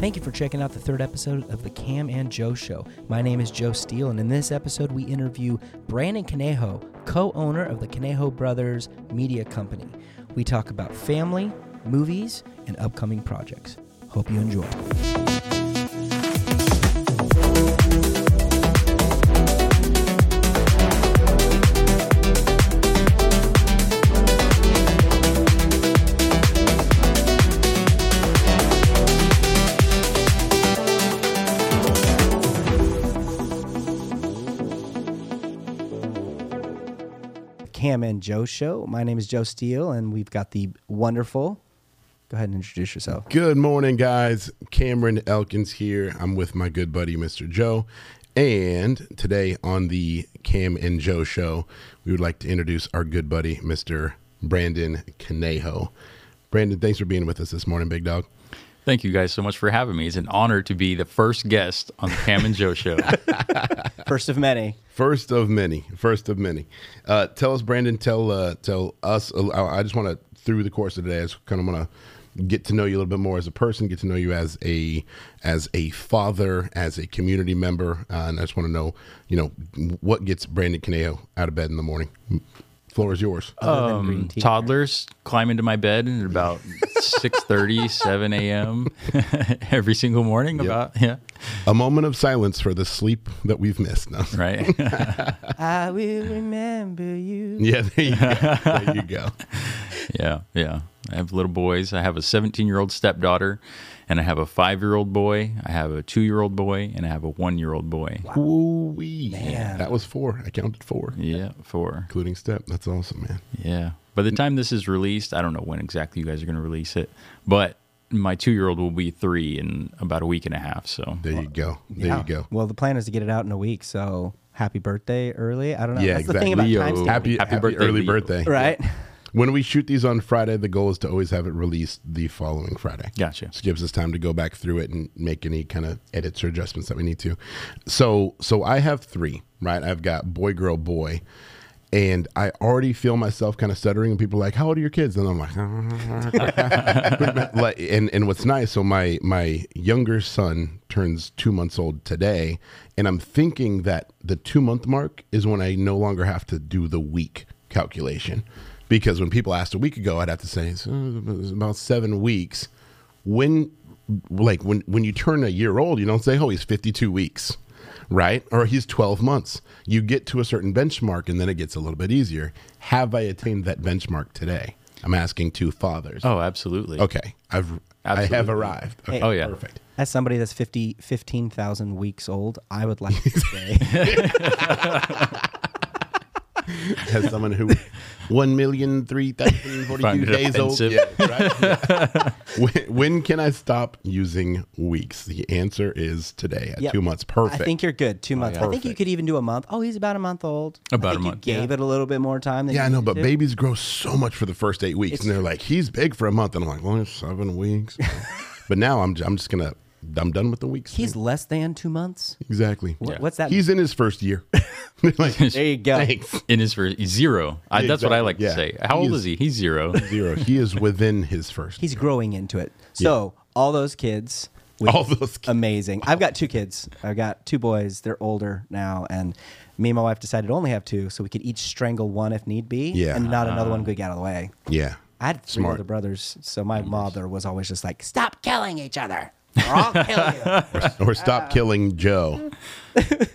Thank you for checking out the third episode of the Cam and Joe Show. My name is Joe Steele, and in this episode, we interview Brandon Canejo, co owner of the Canejo Brothers Media Company. We talk about family, movies, and upcoming projects. Hope you enjoy. Cam and Joe Show. My name is Joe Steele, and we've got the wonderful. Go ahead and introduce yourself. Good morning, guys. Cameron Elkins here. I'm with my good buddy, Mr. Joe. And today on the Cam and Joe show, we would like to introduce our good buddy, Mr. Brandon Canejo. Brandon, thanks for being with us this morning, big dog. Thank you guys so much for having me. It's an honor to be the first guest on the Cam and Joe show. First of many. First of many, first of many. Uh, tell us, Brandon, tell uh, tell us, I I just want to, through the course of today, I just kind of want to get to know you a little bit more as a person, get to know you as a as a father, as a community member, uh, and I just want to know, you know, what gets Brandon Caneo out of bed in the morning? Floor is yours. Other than green tea. Toddlers climb into my bed at about 6.30, 7 a.m. every single morning. About yeah, A moment of silence for the sleep that we've missed. No. right. I will remember you. Yeah, there you go. There you go. yeah, yeah. I have little boys. I have a 17-year-old stepdaughter, and I have a five-year-old boy. I have a two-year-old boy, and I have a one-year-old boy. Ooh-wee. Man. That was four. I counted four, Yeah, four. including step. That's awesome, man. Yeah. By the time this is released, I don't know when exactly you guys are going to release it, but my two year old will be three in about a week and a half. So There you go. There you go. Well, the plan is to get it out in a week, so happy birthday early. I don't know. Yeah, That's exactly. the thing Leo. about timestamp. Happy, Happy happy, birthday, early Leo. birthday. Right? When we shoot these on Friday, the goal is to always have it released the following Friday. Gotcha. So it gives us time to go back through it and make any kind of edits or adjustments that we need to. So so I have three, right? I've got boy, girl, boy. And I already feel myself kind of stuttering, and people are like, "Uh, "How old are your kids?" And I'm like, like, and and what's nice, so my my younger son turns two months old today, and I'm thinking that the two month mark is when I no longer have to do the week calculation, because when people asked a week ago, I'd have to say it's uh, it's about seven weeks when like when when you turn a year old you don't say oh he's 52 weeks right or he's 12 months you get to a certain benchmark and then it gets a little bit easier have i attained that benchmark today i'm asking two fathers Oh, absolutely. okay i've i have Absolutely. arrived okay, Oh, yeah. perfect As somebody that's 50, 15,000 weeks old, I would like to say as someone who one million three thousand forty-two Find it days old offensive. yeah, right? Yeah. when, when can i stop using weeks the answer is today at Yep. two months perfect I Oh, think you're good. Two months. yeah. I think you Perfect. could even do a month. Oh, he's about a month old. I About a think month, You gave yeah. it a little bit more time. Than Yeah, I you know, need but to. babies grow so much for the first eight weeks, and they're like, "He's big for a month," and I'm like, "Well, it's seven weeks." but now I'm, I'm just gonna, I'm done with the weeks. he's less than two months. exactly. Wh- What's that? He's in his first year. like, there you go. thanks. And it's for zero. I, that's what I Exactly, like yeah. to say. How He old is- is he? He's zero. Zero. He is within his first. He's growing into it. So all those kids. With all those. Kids. amazing. I've got two kids. I've got two boys. They're older now, and me and my wife decided to only have two, so we could each strangle one if need be, Yeah. and not another one could get out of the way. yeah. I had three Smart. older brothers, so my mother was always just like, "Stop killing each other, or I'll kill you." Or stop Uh. killing Joe.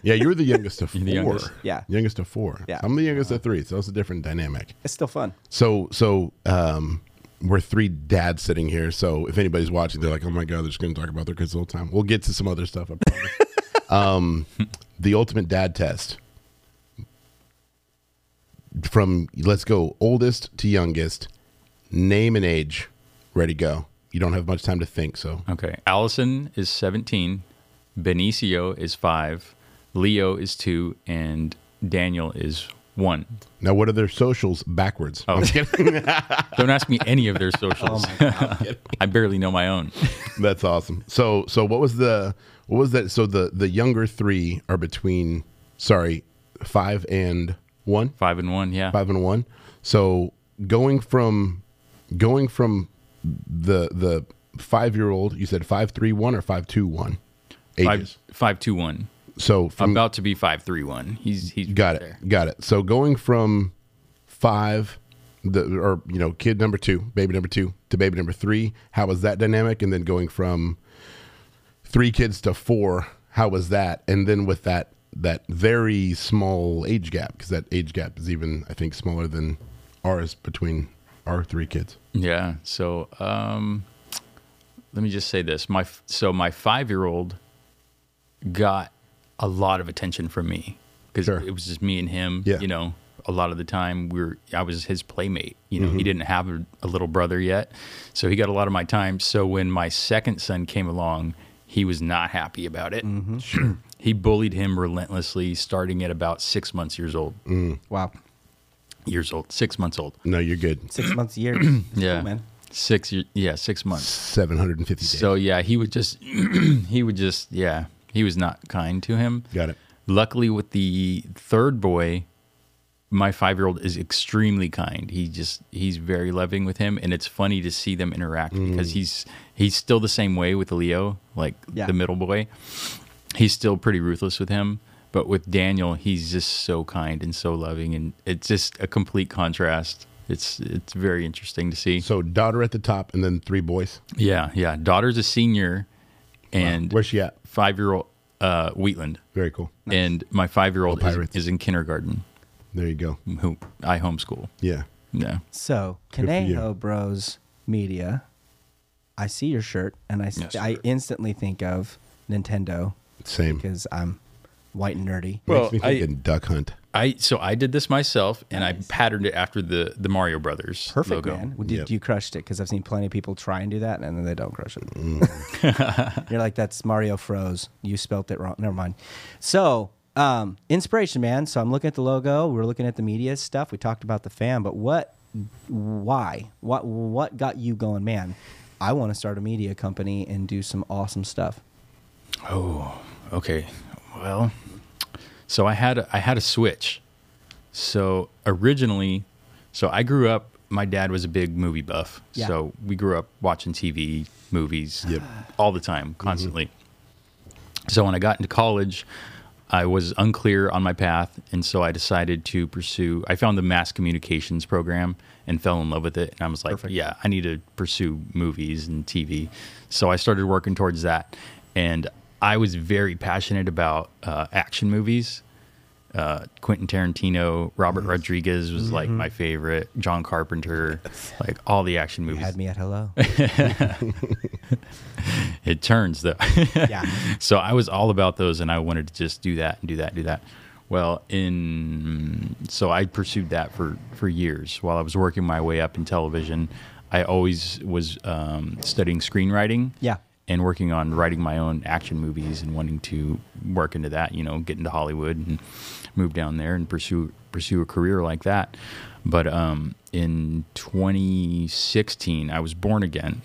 yeah, you're the youngest of four. the youngest. Yeah. Youngest of four. Yeah. I'm the youngest of three, so it's a different dynamic. It's still fun. So so um we're three dads sitting here. So if anybody's watching, they're like, "Oh my god, they're just going to talk about their kids the whole time." We'll get to some other stuff. I promise. um, the ultimate dad test from let's go oldest to youngest, name and age. Ready, go. You don't have much time to think, so Okay. Allison is 17. Benicio is five. Leo is two. And Daniel is one. now what are their socials backwards? Oh, I'm kidding. Don't ask me any of their socials. Oh, I barely know my own. That's awesome. So so what was the what was that? So the the younger three are between sorry five and one. Five and one. Yeah. five and one. So going from going from the the five year old, you said five three one or five two one ages. Five five two one. so from About to be five three one. He's he's Got it. there. Got it. So going from five, the or you know, kid number two, baby number two, to baby number three. How was that dynamic? And then going from three kids to four. How was that? And then with that that very small age gap, because that age gap is even I think smaller than ours between our three kids. Yeah. So um, let me just say this. My f- so my five year old got a lot of attention from me because Sure. it was just me and him. Yeah. You know, a lot of the time we were I was his playmate. You know, Mm-hmm. he didn't have a, a little brother yet, so he got a lot of my time. So when my second son came along, he was not happy about it. Mm-hmm. Sure. he bullied him relentlessly, starting at about six months years old. Wow. Years old, six months old. No, you're good. Six months, years. That's Yeah, Cool, man. six. ye- Yeah, six months. Seven hundred and fifty days. So yeah, he would just he would just yeah, he was not kind to him. Got it. Luckily with the third boy, my 5-year-old is extremely kind. He just he's very loving with him and it's funny to see them interact Mm. because he's he's still the same way with Leo, like Yeah. the middle boy. He's still pretty ruthless with him, but with Daniel, he's just so kind and so loving and it's just a complete contrast. It's it's very interesting to see. So daughter at the top, and then three boys. Yeah, yeah. Daughter's a senior, and Where's she at? five year old uh, Wheatland, Very cool. and my five year old Oh, is, Pirates. is in kindergarten. There you go. Who I homeschool. Yeah. Yeah, So, for you. Conejo Bros Media. I see your shirt, and I s- Yes, I instantly think of Nintendo Same. because I'm white and nerdy. Well, Makes me I- think of Duck Hunt. I so I did this myself, and I patterned it after the the Mario Brothers Perfect, logo. man. Well, Did Yep. you crushed it? Because I've seen plenty of people try and do that, and then they don't crush it. Mm. You're like, that's Mario froze. You spelt it wrong. Never mind. So, um, inspiration, man. So I'm looking at the logo. We're looking at the media stuff. We talked about the fan, but what? Why? What? What got you going, man? I want to start a media company and do some awesome stuff. Okay, well, so I had a, I had a Switch. So originally, so I grew up. My dad was a big movie buff, Yeah. so we grew up watching TV, movies, Yep. all the time, constantly. So when I got into college, I was unclear on my path, and so I decided to pursue. I found the mass communications program and fell in love with it, and I was like, "Yeah, I need to pursue movies and TV." So I started working towards that, and I was very passionate about uh, action movies. Uh, Quentin Tarantino, Robert Rodriguez was like my favorite. John Carpenter, like all the action movies. Had me at hello. It turns though. yeah. so I was all about those, and I wanted to just do that and do that, and do that. Well, in so I pursued that for for years while I was working my way up in television. I always was um, studying screenwriting, Yeah. and working on writing my own action movies and wanting to work into that. You know, get into Hollywood and move down there and pursue pursue a career like that. But um, in 2016, I was born again,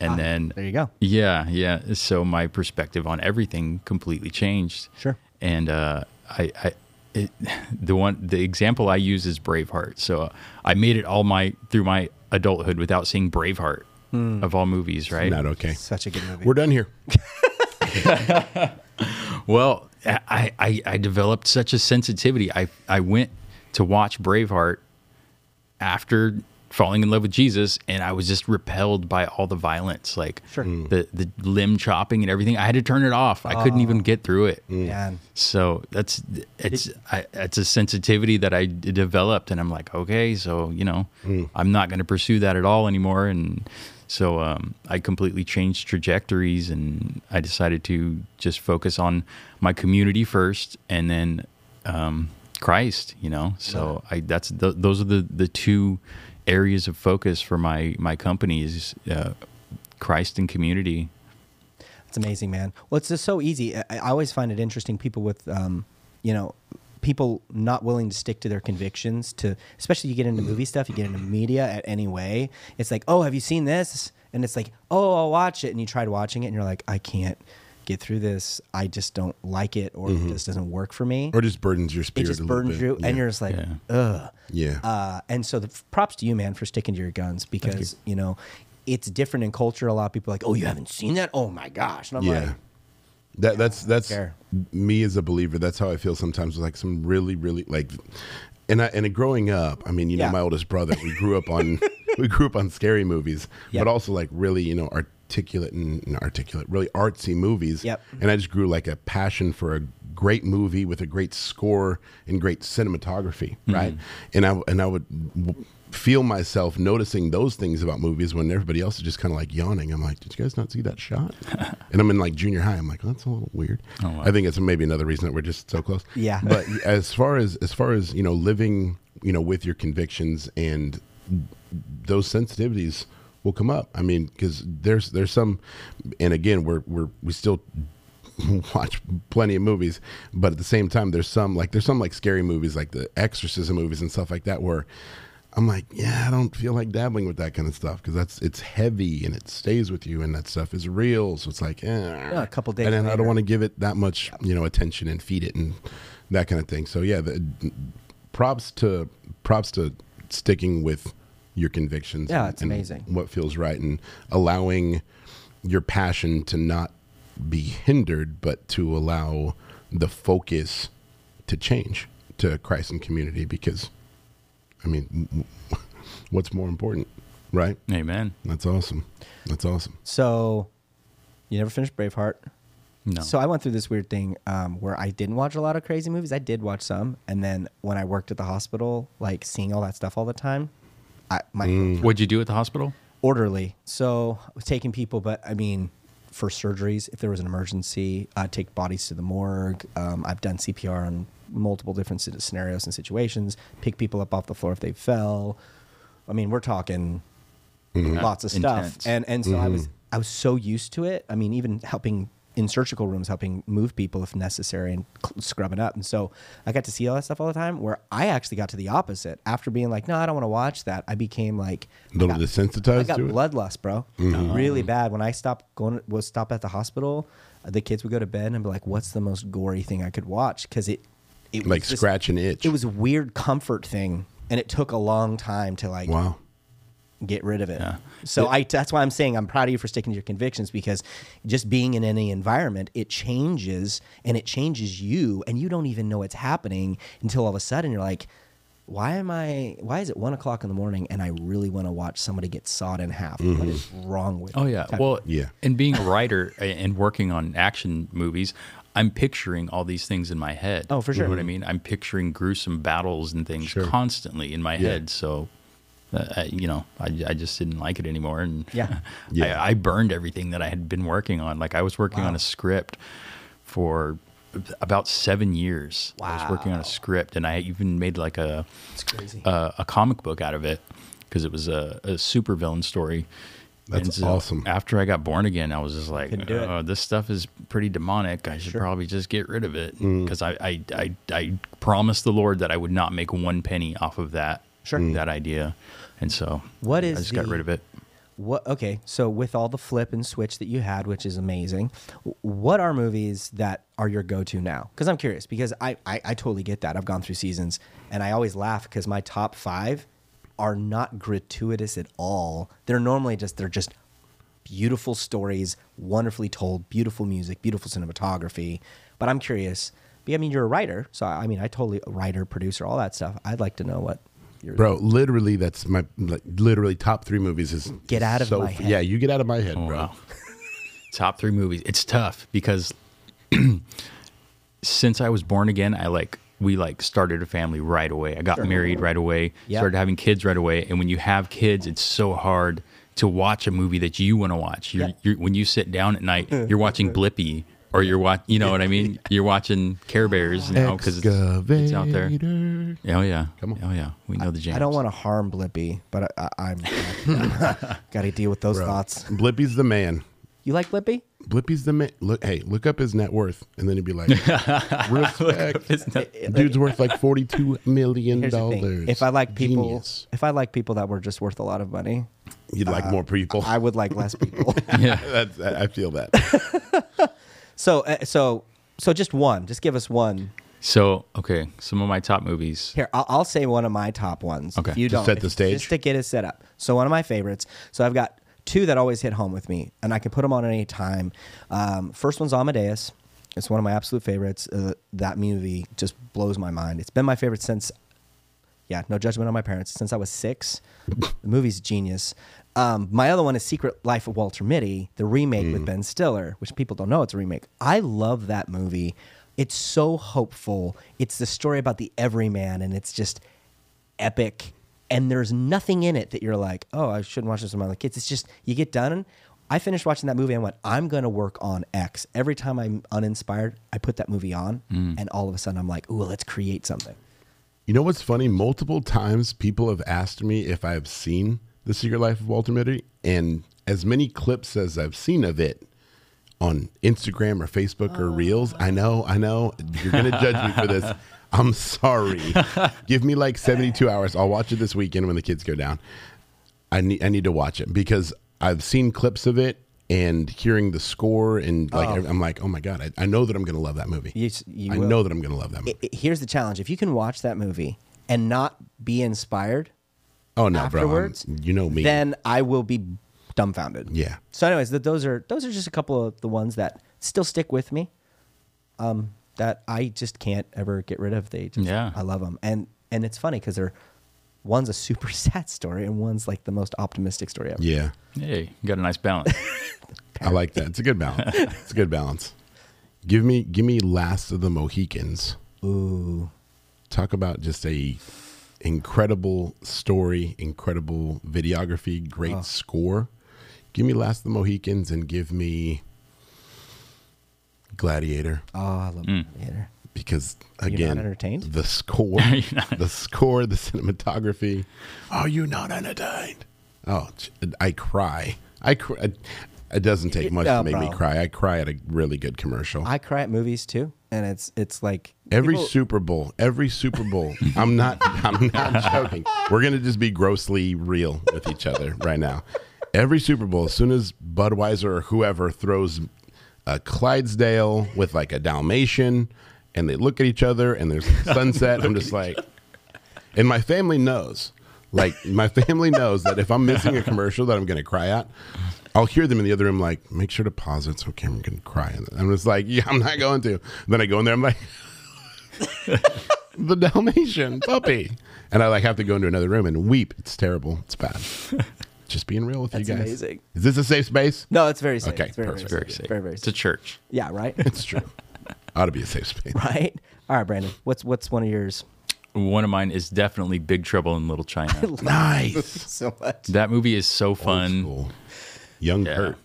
and then Ah, There you go. yeah, yeah. So my perspective on everything completely changed. Sure. And uh, I, I it, the one, the example I use is Braveheart. So I made it all my through my adulthood without seeing Braveheart Hmm. of all movies, right? Not okay. Such a good movie. We're done here. Well, I, I, I developed such a sensitivity. I, I went to watch Braveheart after falling in love with Jesus, and I was just repelled by all the violence, like Sure. Mm. the, the limb chopping and everything. I had to turn it off. I Ah. couldn't even get through it. man. So that's it's I, it's a sensitivity that I d- developed, and I'm like, okay, so you know, Hmm. I'm not going to pursue that at all anymore, and so um, I completely changed trajectories, and I decided to just focus on my community first, and then um, Christ, you know. So I that's th- those are the the two areas of focus for my my company is uh, Christ and community. It's amazing, man. Well, it's just so easy. I, I always find it interesting. People with, um, you know, people not willing to stick to their convictions. To especially you get into movie stuff, you get into media at any way. It's like, oh, have you seen this? And it's like, oh, I'll watch it. And you tried watching it, and you're like, I can't get through this. I just don't like it, or it just doesn't work for me. Or just burdens your it spirit. just a little burdens bit. you, yeah. and you're just like, Yeah. ugh. yeah. Uh, and so the props to you, man, for sticking to your guns because you. know it's different in culture. A lot of people are like, oh, you haven't seen that? Oh my gosh. And I'm Yeah. like, That that's that's care. me as a believer. That's how I feel sometimes. Like some really really like, and I and growing up, I mean, you Yeah. know, my oldest brother, we grew up on we grew up on scary movies, Yep. but also like really you know articulate and not articulate, really artsy movies. Yep. And I just grew like a passion for a great movie with a great score and great cinematography, Mm-hmm. right? And I and I would. W- feel myself noticing those things about movies when everybody else is just kind of like yawning i'm like did you guys not see that shot and i'm in like junior high i'm like that's a little weird i think it's maybe another reason that we're just so close Oh, Yeah. but as far as as far as you know living you know with your convictions and those sensitivities will come up i mean because there's there's some and again we're we're we still watch plenty of movies but at the same time there's some like there's some like scary movies like the exorcism movies and stuff like that where i'm like yeah i don't feel like dabbling with that kind of stuff because that's it's heavy and it stays with you and that stuff is real so it's like eh. a couple days and then i later. don't want to give it that much you know attention and feed it and that kind of thing so yeah the, props to props to sticking with your convictions Yeah, and- it's and amazing. what feels right and allowing your passion to not be hindered but to allow the focus to change to christ and community because i mean what's more important right Amen. that's awesome that's awesome so you never finished Braveheart. No. So I went through this weird thing um, where I didn't watch a lot of crazy movies. I did watch some, and then when I worked at the hospital, like seeing all that stuff all the time, I, my Mm. What'd you do at the hospital? orderly. So I was taking people, but I mean, for surgeries, if there was an emergency, I'd take bodies to the morgue. Um, I've done CPR on multiple different sce- scenarios and situations. Pick people up off the floor if they fell. I mean, we're talking lots of stuff, Intense. and and so I was I was so used to it. I mean, even helping in surgical rooms, helping move people if necessary, and cl- scrubbing up. And so I got to see all that stuff all the time. Where I actually got to the opposite after being like, no, I don't want to watch that. I became like a little I got- I desensitized got to it Mm-hmm. bloodlust, bro. Really bad. When I stopped going, was stop at the hospital, uh, the kids would go to bed and be like, "What's the most gory thing I could watch?" Because it, it like was just- scratch and itch It was a weird comfort thing, and it took a long time to like wow get rid of it. So I, that's why I'm saying I'm proud of you for sticking to your convictions because just being in any environment, it changes and it changes you, and you don't even know it's happening until all of a sudden you're like, why am I? Why is it one o'clock in the morning and I really want to watch somebody get sawed in half? What is wrong with? Oh me? yeah. Type- Well, Yeah. And being a writer a- and working on action movies, I'm picturing all these things in my head. Oh, for You know sure. what I mean? I'm picturing gruesome battles and things Sure. constantly in my head. So, uh, I- you know, I, I just didn't like it anymore, and Yeah. Yeah. I, I burned everything that I had been working on. Like I was working on Wow. a script for about seven years. I was working on Wow. a script, and I even made like a it's crazy. a, a comic book out of it because it was a, a supervillain story. That's awesome. After I got born again, I was just like, Couldn't do it. oh, this stuff is pretty demonic. I should probably just get rid of it Mm. because I, I, I, I promised the Lord that I would not make one penny off of that Sure. that idea, and so What I is just got the- rid of it. What? Okay, so with all the flip and switch that you had, which is amazing, w- what are movies that are your go-to now? Because I'm curious. Because I, I I totally get that. I've gone through seasons, and I always laugh because my top five are not gratuitous at all. They're normally just they're just beautiful stories, wonderfully told, beautiful music, beautiful cinematography. But I'm curious. I mean, you're a writer, so I I mean, I totally writer, producer, all that stuff. I'd like to know what. your Bro, literally, that's my like, literally top three movies is Get out of so, my head. Yeah, you get out of my head, bro. Oh, Wow. Top three movies. It's tough because since I was born again, I like we like started a family right away. I got married right away, Yeah. started having kids right away. And when you have kids, it's so hard to watch a movie that you want to watch. You're, Yeah. you're, when you sit down at night, you're watching Blippy or you're watch, you know what I mean? You're watching Care Bears, you know, because Oh, it's, it's out there. Excavator. Oh yeah, Come on. Oh yeah, we know the jam. I don't want to harm Blippy, but I, I, I'm got to deal with those thoughts. Blippy's the man. You like Blippy? Blippy's the man. Look, hey, look up his net worth, and then he'd be like, respect. Uh, Dude's worth like forty-two million Here's the thing: dollars. if I like people, Genius. if I like people that were just worth a lot of money, you'd like more people. uh, I would like less people. Yeah. that's, I I feel that. so, uh, so, so, just one. Just give us one. So okay, some of my top movies. Here, I'll, I'll say one of my top ones. Okay. If you To don't set the if- stage? just to get it set up. So one of my favorites. So I've got Two that always hit home with me, and I can put them on at any time. Um, first one's Amadeus. It's one of my absolute favorites. Uh, that movie just blows my mind. It's been my favorite since yeah, no judgment on my parents since I was six. the movie's genius. Um, my other one is Secret Life of Walter Mitty, the remake Mm. with Ben Stiller, which people don't know it's a remake. I love that movie. It's so hopeful. It's the story about the everyman, and it's just epic. And there's nothing in it that you're like, oh, I shouldn't watch this with my other kids. It's just you get done. I finished watching that movie and went, I'm going to work on X. Every time I'm uninspired, I put that movie on, Mm. and all of a sudden I'm like, ooh, let's create something. You know what's funny? Multiple times people have asked me if I've seen The Secret Life of Walter Mitty, and as many clips as I've seen of it on Instagram or Facebook or Reels, I know, I know, you're going to judge me for this. I'm sorry. Give me like 72 hours. I'll watch it this weekend when the kids go down. I need I need to watch it because I've seen clips of it and hearing the score and like I'm like, "Oh my god, I, I know that I'm going to love that movie." You s- you I will. know that I'm going to love that movie. it- it- here's the challenge: if you can watch that movie and not be inspired, Oh no, afterwards, bro! I'm- you know me. then I will be dumbfounded. yeah, So, anyways, th- those are those are just a couple of the ones that still stick with me. Um, that I just can't ever get rid of. They just, Yeah. I love them, and and it's funny because they're one's a super sad story and one's like the most optimistic story ever. yeah. Hey, you got a nice balance. I like that. It's a good balance. it's a good balance. Give me, give me, Last of the Mohicans. Ooh, Talk about just a incredible story, incredible videography, great score. Give me Last of the Mohicans and give me Gladiator oh, I love Hmm. Gladiator. because not again, entertained? the score, You're not- the score, the cinematography. Are you not entertained? Oh, j- I cry. I cry. It doesn't take much Oh, to make me bro. cry. I cry at a really good commercial. I cry at movies too, and it's it's like every people- Super Bowl, every Super Bowl. I'm not. I'm not joking. We're gonna just be grossly real with each other right now. Every Super Bowl, as soon as Budweiser or whoever throws a Clydesdale with like a Dalmatian, and they look at each other, and there's sunset. I'm just like, and my family knows. Like my family knows that if I'm missing a commercial that I'm going to cry at, I'll hear them in the other room like, "Make sure to pause it so Cameron can cry." And I'm just like, "Yeah, I'm not going to." Then I go in there, I'm like, "The Dalmatian puppy," and I like have to go into another room and weep. It's terrible. It's bad. Just being real with That's you guys. amazing. Is this a safe space? No, it's very safe. Okay, it's very, perfect. Very, very safe. safe. Very, very It's a safe. church. Yeah, right. It's true. Ought to be a safe space. right? All right, Brandon. What's what's one of yours? One of mine is definitely Big Trouble in Little China. Nice. So much. that movie is so Old fun. school. Young Yeah. Kurt.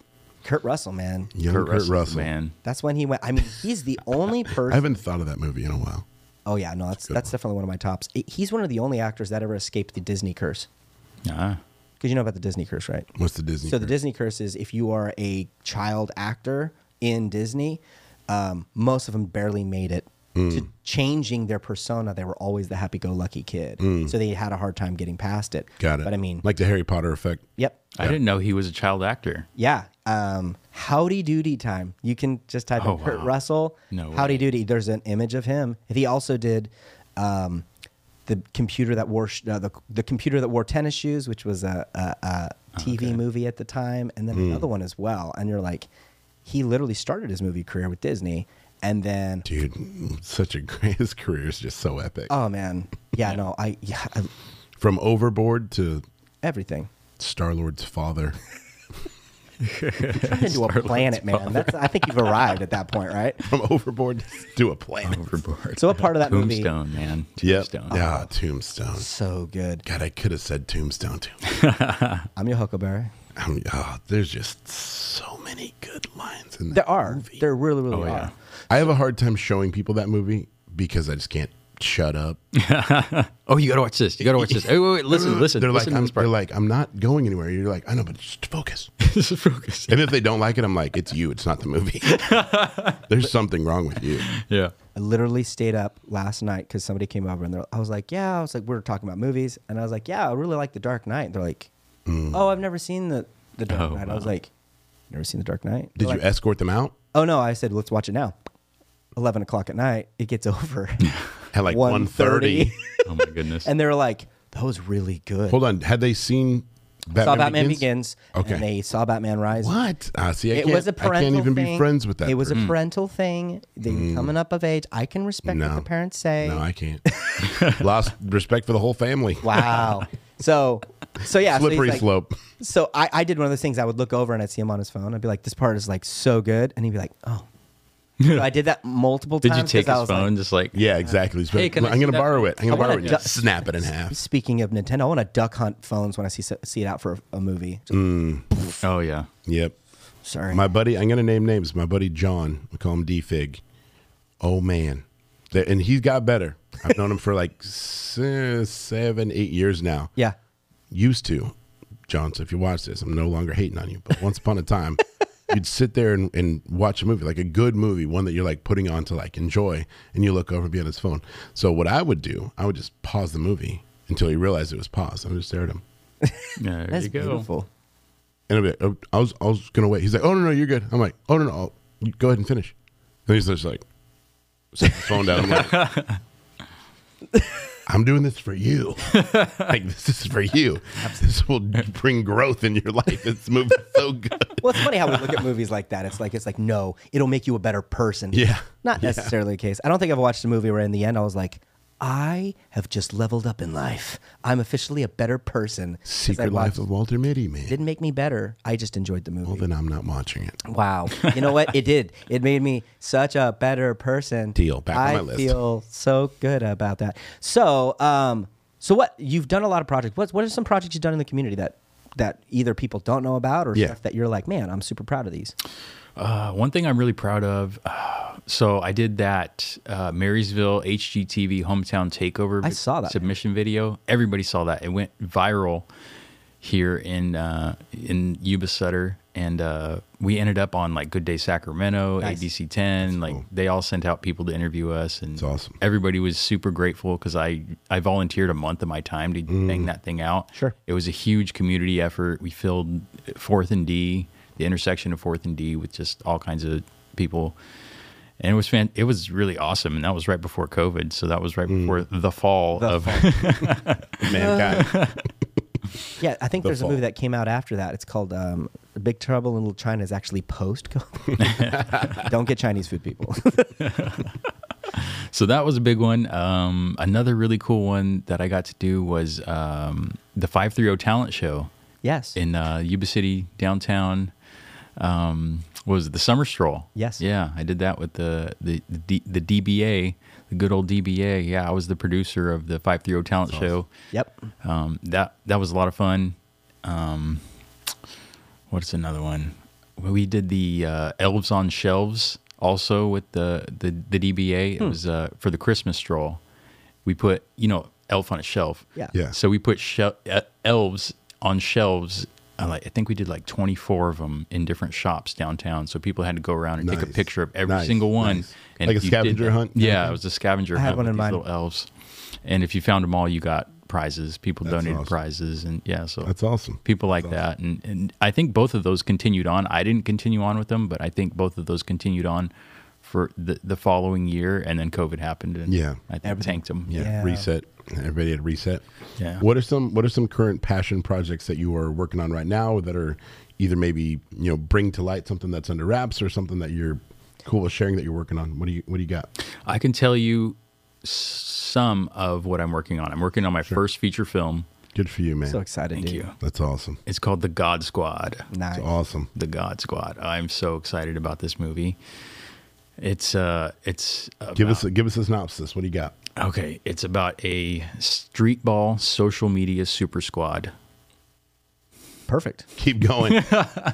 Kurt Russell, man. Young Kurt Kurt, Russell's the Russell. man. That's when he went. I mean, he's the only I person. haven't thought of that movie in a while. Oh yeah, no, that's that's definitely one of my tops. I- He's one of the only actors that ever escaped the Disney curse. Ah, Because you know about the Disney curse, right? What's the Disney? So the Kurt? Disney curse is if you are a child actor in Disney, um, most of them barely made it Hmm. to changing their persona. They were always the happy-go-lucky kid, so they had a hard time getting past it. Hmm. Got it. But I mean, like the Harry Potter effect. yep. I didn't know he was a child actor. Yeah. Um, howdy doody time. You can just type Oh, in Kurt wow. Russell. No Howdy way. doody. There's an image of him. He also did um, the computer that wore sh- uh, the, the computer that wore tennis shoes, which was a, a, Oh, a TV movie at the time, and then Hmm. another one as well. And you're like, he literally started his movie career with Disney, and then Dude, such a great. His career is just so epic. oh man, yeah, no, I yeah, I, From Overboard to everything. Star Lord's father. Turned into a planet, man. That's, I think you've arrived at that point, right? From Overboard to a planet. Overboard. So what part of that movie? Tombstone, man. Yep. Tombstone. Yeah, Tombstone. So good. God, I could have said Tombstone too. I'm your Huckleberry. I mean, oh, there's just so many good lines in that There are. movie. There really, really Oh, are. yeah. I have a hard time showing people that movie because I just can't shut up. Oh, you gotta watch this. You gotta watch this. Hey, wait, wait, listen, listen. They're like, listen to I'm, this part. they're like, I'm not going anywhere. You're like, I know, but just focus. This is focus. And if they don't like it, I'm like, it's you. It's not the movie. There's something wrong with you. Yeah. I literally stayed up last night because somebody came over and they're, I was like, yeah, I was like, we were talking about movies, and I was like, yeah, I really like The Dark Knight. They're like, oh, I've never seen the the Dark Oh, Knight. I was wow. like, never seen the Dark Knight. Did They're you like, escort them out oh no, I said let's watch it now. Eleven o'clock at night, it gets over, at like 1.30? 1:30. Oh my goodness. and they're like, that was really good. Hold on. Had they seen saw Batman Begins. Okay. And they saw Batman Rise. What? Ah, see, I It can't, was a I parental can't even thing. be friends with that. Mm. It was a parental thing. They were coming up of age. I can respect what No. the parents say. person. no, I can't. Lost respect for the whole family. wow. So, so yeah. so he's Slippery like- slope. So I, I did one of those things. I would look over and I'd see him on his phone. I'd be like, "This part is like so good," and he'd be like, "Oh." So I did that multiple Did you times. take um, 'cause I his was like, phone? just like Yeah, exactly. So, Hey, can I I'm see gonna that? borrow it. I'm gonna I wanna borrow it. and du- just snap it in half. Speaking of Nintendo, I want to duck hunt phones when I see see it out for a, a movie. Just, oh yeah. Yep. Sorry, Mm. My buddy, I'm gonna name names. My buddy John, we call him D Fig. Oh man, That- and he's got better. I've known him for like se- seven, eight years now. yeah, used to, John, so if you watch this, I'm no longer hating on you, but once upon a time, you'd sit there and, and watch a movie, like a good movie, one that you're like putting on to like enjoy, and you look over and be on his phone. So what I would do, I would just pause the movie until he realized it was paused. I would just stare at him. There that's you go. beautiful. And I'd be like, "Oh, I was, I was going to wait. He's like, oh, no, no, you're good. I'm like, oh, no, no, I'll, you go ahead and finish. And he's just like, set his phone down. I'm like, I'm doing this for you. Like, this is for you. This will bring growth in your life. This movie's so good. Well, it's funny how we look at movies like that. It's like it's like no, it'll make you a better person. Yeah. not necessarily the case. I don't think I've watched a movie where in the end I was like, I have just leveled up in life. I'm officially a better person. 'Cause I Secret Life watched- of Walter Mitty, man. didn't make me better. I just enjoyed the movie. well, then I'm not watching it. Wow. You know what? It did. It made me such a better person. Deal. Back on I my list. feel so good about that. So, um, so what you've done a lot of projects. What what are some projects you've done in the community that that either people don't know about or Yeah. stuff that you're like, man, I'm super proud of these. Uh, one thing I'm really proud of. Uh, so I did that uh, Marysville HGTV hometown takeover. I saw that. submission video. Everybody saw that. It went viral here in uh, in Yuba Sutter, and uh, we ended up on like Good Day Sacramento, Nice. ABC 10. like they all sent out people to interview us, and awesome. Everybody was super grateful because I I volunteered a month of my time to bang that thing out. Mm. Sure. It was a huge community effort. We filled Fourth and D, the intersection of Fourth and D, with just all kinds of people, and it was fan. It was really awesome, and that was right before COVID, so that was right before the fall Mm. The of. fall. Mankind. yeah, I think The there's a fall. movie that came out after that. It's called um, Big Trouble in Little China. Is actually post. don't get Chinese food, people. so that was a big one. Um, another really cool one that I got to do was um, the Five Three O Talent Show. yes. in uh, Yuba City downtown. Um, what was it the summer stroll? Yes. Yeah, I did that with the the the, D, the DBA, the good old DBA. Yeah, I was the producer of the Five Three O Talent Show. yep. Um, that that was a lot of fun. Um, what's another one? Well, We did the uh, Elves on Shelves also with the the, the DBA. Hmm. It was uh, for the Christmas stroll. We put you know elf on a shelf. Yeah. Yeah. So we put shel uh, elves on shelves. I like I think we did like 24 of them in different shops downtown. So people had to go around and take a Nice. picture of every Nice. single one. Nice. And Like a if you did scavenger that- hunt kind of Yeah, thing? it was a scavenger I had hunt one with in these mind. little elves. And if you found them all, you got prizes. People donated awesome. prizes, and yeah, so That's awesome. people like that and, and i think both of those continued on i didn't continue on with them but i think both of those continued on for the, the following year and then covid happened and Yeah. i think tanked them Yeah, Yeah. reset. Everybody had reset. Yeah. What are some What are some current passion projects that you are working on right now that are either maybe you know bring to light something that's under wraps or something that you're cool with sharing that you're working on? What do you What do you got? i can tell you s- some of what i'm working on i'm working on my first feature film Good for you, man. So excited. thank dude. you that's awesome. it's called the god squad Nice. That's awesome. the god squad i'm so excited about this movie it's uh it's Give us a, Give us a synopsis. What do you got? Okay, it's about a street ball social media super squad. Perfect. Keep going.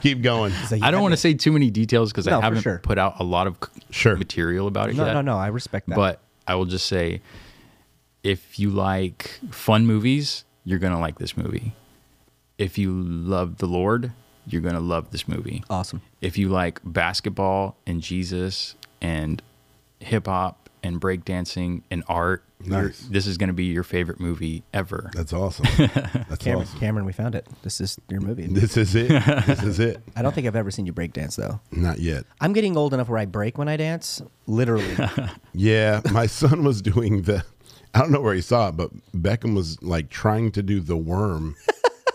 Keep going. So you I don't had want me- to say too many details because No, I for haven't sure. put out a lot of c- Sure. material about it No, yet. no, no. I respect that. But I will just say, if you like fun movies, you're gonna like this movie. If you love the Lord, you're gonna love this movie. awesome. If you like basketball and Jesus and hip hop and breakdancing and art, you're- Nice. this is gonna be your favorite movie ever. That's awesome. That's Cameron, awesome. Cameron, we found it. This is your movie. This is it. This is it. I don't think I've ever seen you break dance though. Not yet. I'm getting old enough where I break when I dance. Literally. Yeah, my son was doing the. I don't know where he saw it, but Beckham was like trying to do the worm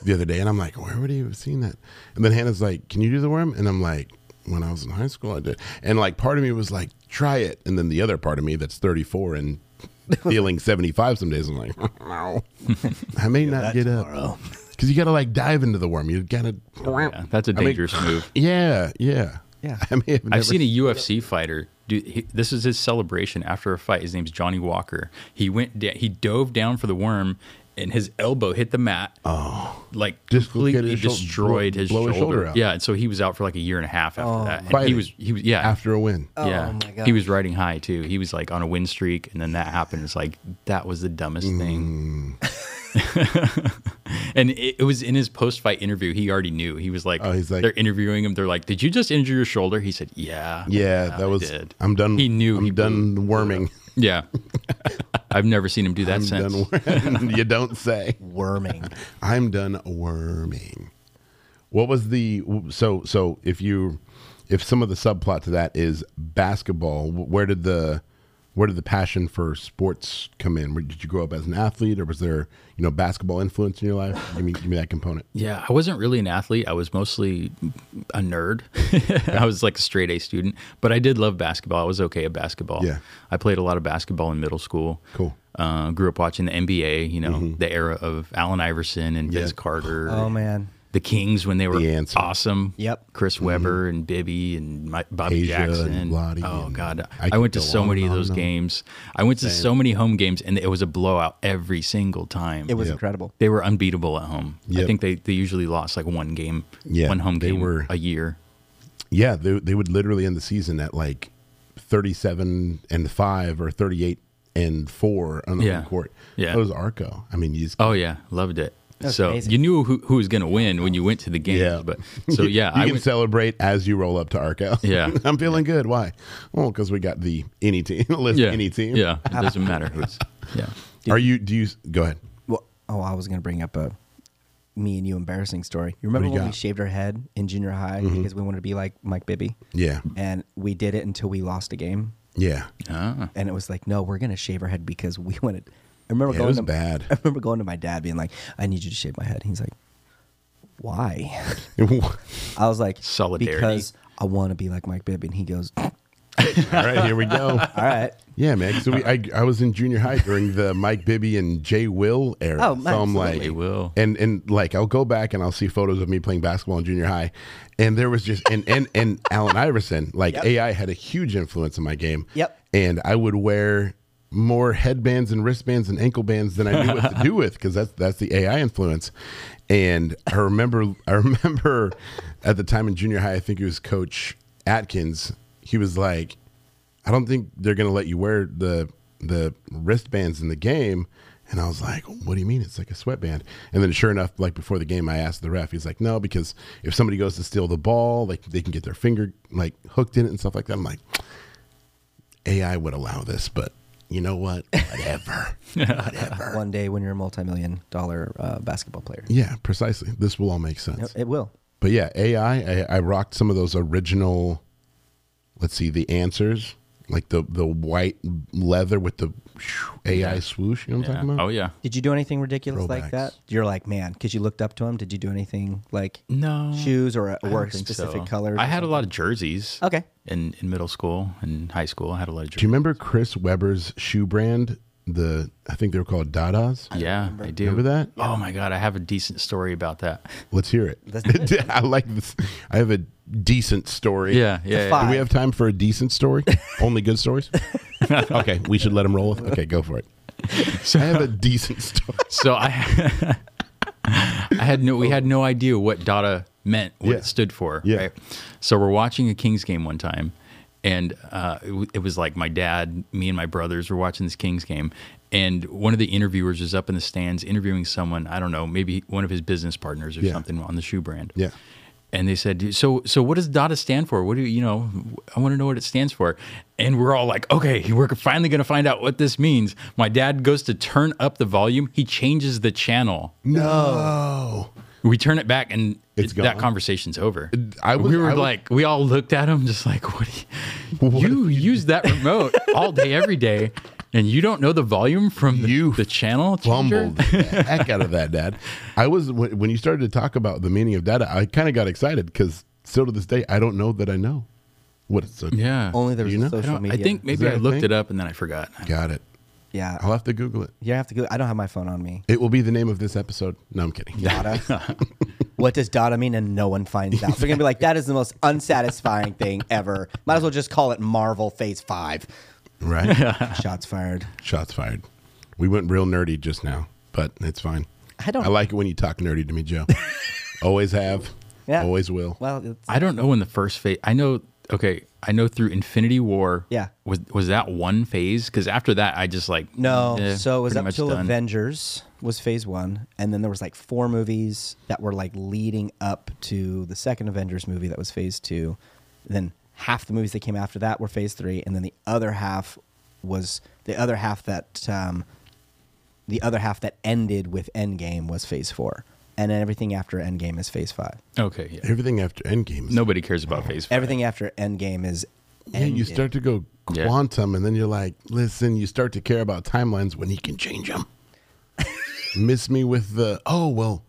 the other day, and I'm like, where would he have seen that? And then Hannah's like, can you do the worm? And I'm like, when I was in high school, I did. And like, part of me was like, try it, and then the other part of me that's 34 and feeling 75 some days, I'm like, no, I may not get up because you gotta like dive into the worm. You gotta. Oh, Yeah, that's a I mean- dangerous move. Yeah, yeah, Yeah. I may have never I've seen a UFC fighter. Do, he, this is his celebration after a fight. His name's Johnny Walker. He went. Da- he dove down for the worm, and his elbow hit the mat. Oh, like Dislocated completely his shoul- destroyed blow- his blow shoulder. his shoulder out. Oh. Yeah, and so he was out for like a year and a half after that. And he Fighting. was. He was. Yeah. after a win. yeah. Oh, my He gosh. was riding high too. He was like on a win streak, and then that happened. It's like that was the dumbest thing. Mm. and it, it was in his post-fight interview. He already knew. He was like, Oh, he's like- they're interviewing him. They're like, "Did you just injure your shoulder?" He said, "Yeah, Yeah, I that was. did." I'm done. He knew I'm he done worming. Yeah, I've never seen him do that I'm since. done. Worming. you don't say. Worming. I'm done worming. What was the so so? If you, if some of the subplot to that is basketball, wh- where did the where did the passion for sports come in? Where, did you grow up as an athlete, or was there you know basketball influence in your life? Give me give me that component. Yeah, I wasn't really an athlete. I was mostly a nerd. I was like a straight A student, but I did love basketball. I was okay at basketball. Yeah. I played a lot of basketball in middle school. Cool. Mm-hmm. Uh, grew up watching the NBA. You know, the era of Allen Iverson and Vince Yeah. Carter. Oh, man. The Kings when they were The answer. Mm-hmm. awesome. Yep. Chris Webber and Bibby and Mi- Bobby Asia and Jackson. Lottie oh and God, I I, could went to go so on many and of on those and on. games. I went to so many home games, and it was a blowout every single time. It was Yep. incredible. They were unbeatable at home. Yep. I think they, they usually lost like one game, Yeah, one home they game were- a year. Yeah, they they would literally end the season at like thirty-seven and five or thirty-eight and four on the Yeah. home court. Yeah. that was Arco. I mean, you just, Oh yeah, loved it. That's so amazing. you knew who, who was going to win when you went to the game. Yeah. But so yeah, you I can went, celebrate as you roll up to Arco. Yeah. I'm feeling good. Why? Well, because we got the any team list. yeah, Any team. Yeah, it doesn't matter. It's- yeah. Are you? Do you? Go ahead. Well, oh, I was going to bring up a me and you embarrassing story. You remember you when we got? Mm-hmm. shaved our head in junior high because we wanted to be like Mike Bibby? Yeah. And we did it until we lost a game. Yeah. Ah. And it was like, no, we're going to shave our head because we wanted. I remember Yeah, it going was to, bad. I remember going to my dad being like, I need you to shave my head. He's like, why? All I was like, Solidarity. Because I want to be like Mike Bibby. And he goes, all right. Here we go. right. Yeah, man. So we, Uh, I, I was in junior high during the Mike Bibby and Jay Will era. Oh, so I'm like, absolutely. Jay Will. and and like I'll go back and I'll see photos of me playing basketball in junior high, and there was just and and and Allen Iverson, like Yep. AI had a huge influence in my game. Yep. And I would wear more headbands and wristbands and ankle bands than I knew what to do with because that's that's the AI influence. And I remember I remember at the time in junior high, I think it was Coach Atkins. He was like, I don't think they're gonna let you wear the the wristbands in the game. And I was like, what do you mean? It's like a sweatband. And then sure enough, like before the game, I asked the ref, he's like, no, because if somebody goes to steal the ball, like they can get their finger like hooked in it and stuff like that. I'm like, AI would allow this, but you know what? Whatever. Whatever. One day when you're a multi-million dollar uh, basketball player. yeah, precisely. This will all make sense. It will. But yeah, AI, I, I rocked some of those original. Let's see the answers, like the the white leather with the AI swoosh. You know what I'm Yeah. talking about? Oh yeah. Did you do anything ridiculous Throwbacks. like that? You're like, man, because you looked up to him. Did you do anything like No. shoes or a, Mm, I or don't a think specific so. colors? I had a lot of jerseys. Okay. In in middle school and high school, I had a lot of Do you jerseys. remember Chris Webber's shoe brand? The I think they were called Dadas. yeah, I do. Remember that? Oh my god, I have a decent story about that. Let's hear it. Let's do I like this. I have a decent story. Yeah, yeah. yeah. five. Do we have time for a decent story? Only good stories? okay, we should let him roll. Okay, go for it. I have a decent story. so I, I had no, we had no idea what Dada meant, what Yeah. it stood for. Yeah. Right. So we're watching a Kings game one time, and uh, it, w- it was like my dad, me, and my brothers were watching this Kings game, and one of the interviewers was up in the stands interviewing someone. I don't know, maybe one of his business partners or Yeah. something on the shoe brand. Yeah. And they said, "So, so what does DATA stand for? What do you, you know? I want to know what it stands for." And we're all like, "Okay, we're finally going to find out what this means." My dad goes to turn up the volume. He changes the channel. No. We turn it back, and It's it- that gone. conversation's over. I was- we were I was- like, we all looked at him, just like, "What? do you, you use that remote all day, every day, And you don't know the volume from the, You the channel changer? Bumbled the heck out of that, Dad. I was when when you started to talk about the meaning of data, I kind of got excited because still to this day, I don't know that I know what it's. A, Yeah. Only there was You know? a I, social don't, I media. think maybe that I a looked thing? it up and then I forgot. Got it. yeah. I'll have to Google it. You have to go. I don't have my phone on me. It will be the name of this episode. No, I'm kidding. Dada. what does Dada mean? And no one finds out. They're gonna be like, that is the most unsatisfying thing ever. Might as well just call it Marvel Phase Five. Right? Shots fired. Shots fired. We went real nerdy just now, but it's fine. I don't- I like it when you talk nerdy to me, Joe. Always have. Yeah. Always will. Well, it's, I don't know when the first phase. I know. Okay, I know through Infinity War. Yeah. Was was that one phase? Because after that, I just like no. eh, so it was pretty up much till done. Avengers was Phase One, and then there was like four movies that were like leading up to the second Avengers movie that was Phase Two. Then half the movies that came after that were Phase Three, and then the other half was the other half that um, the other half that ended with Endgame was Phase Four, and then everything after Endgame is Phase Five. Okay. Yeah. Everything after Endgame. Is, Nobody cares about Phase. Five. Everything after Endgame is. Yeah, you ended. start to go Yeah. quantum, and then you're like, listen, you start to care about timelines when he can change them. Miss me with the, oh, well,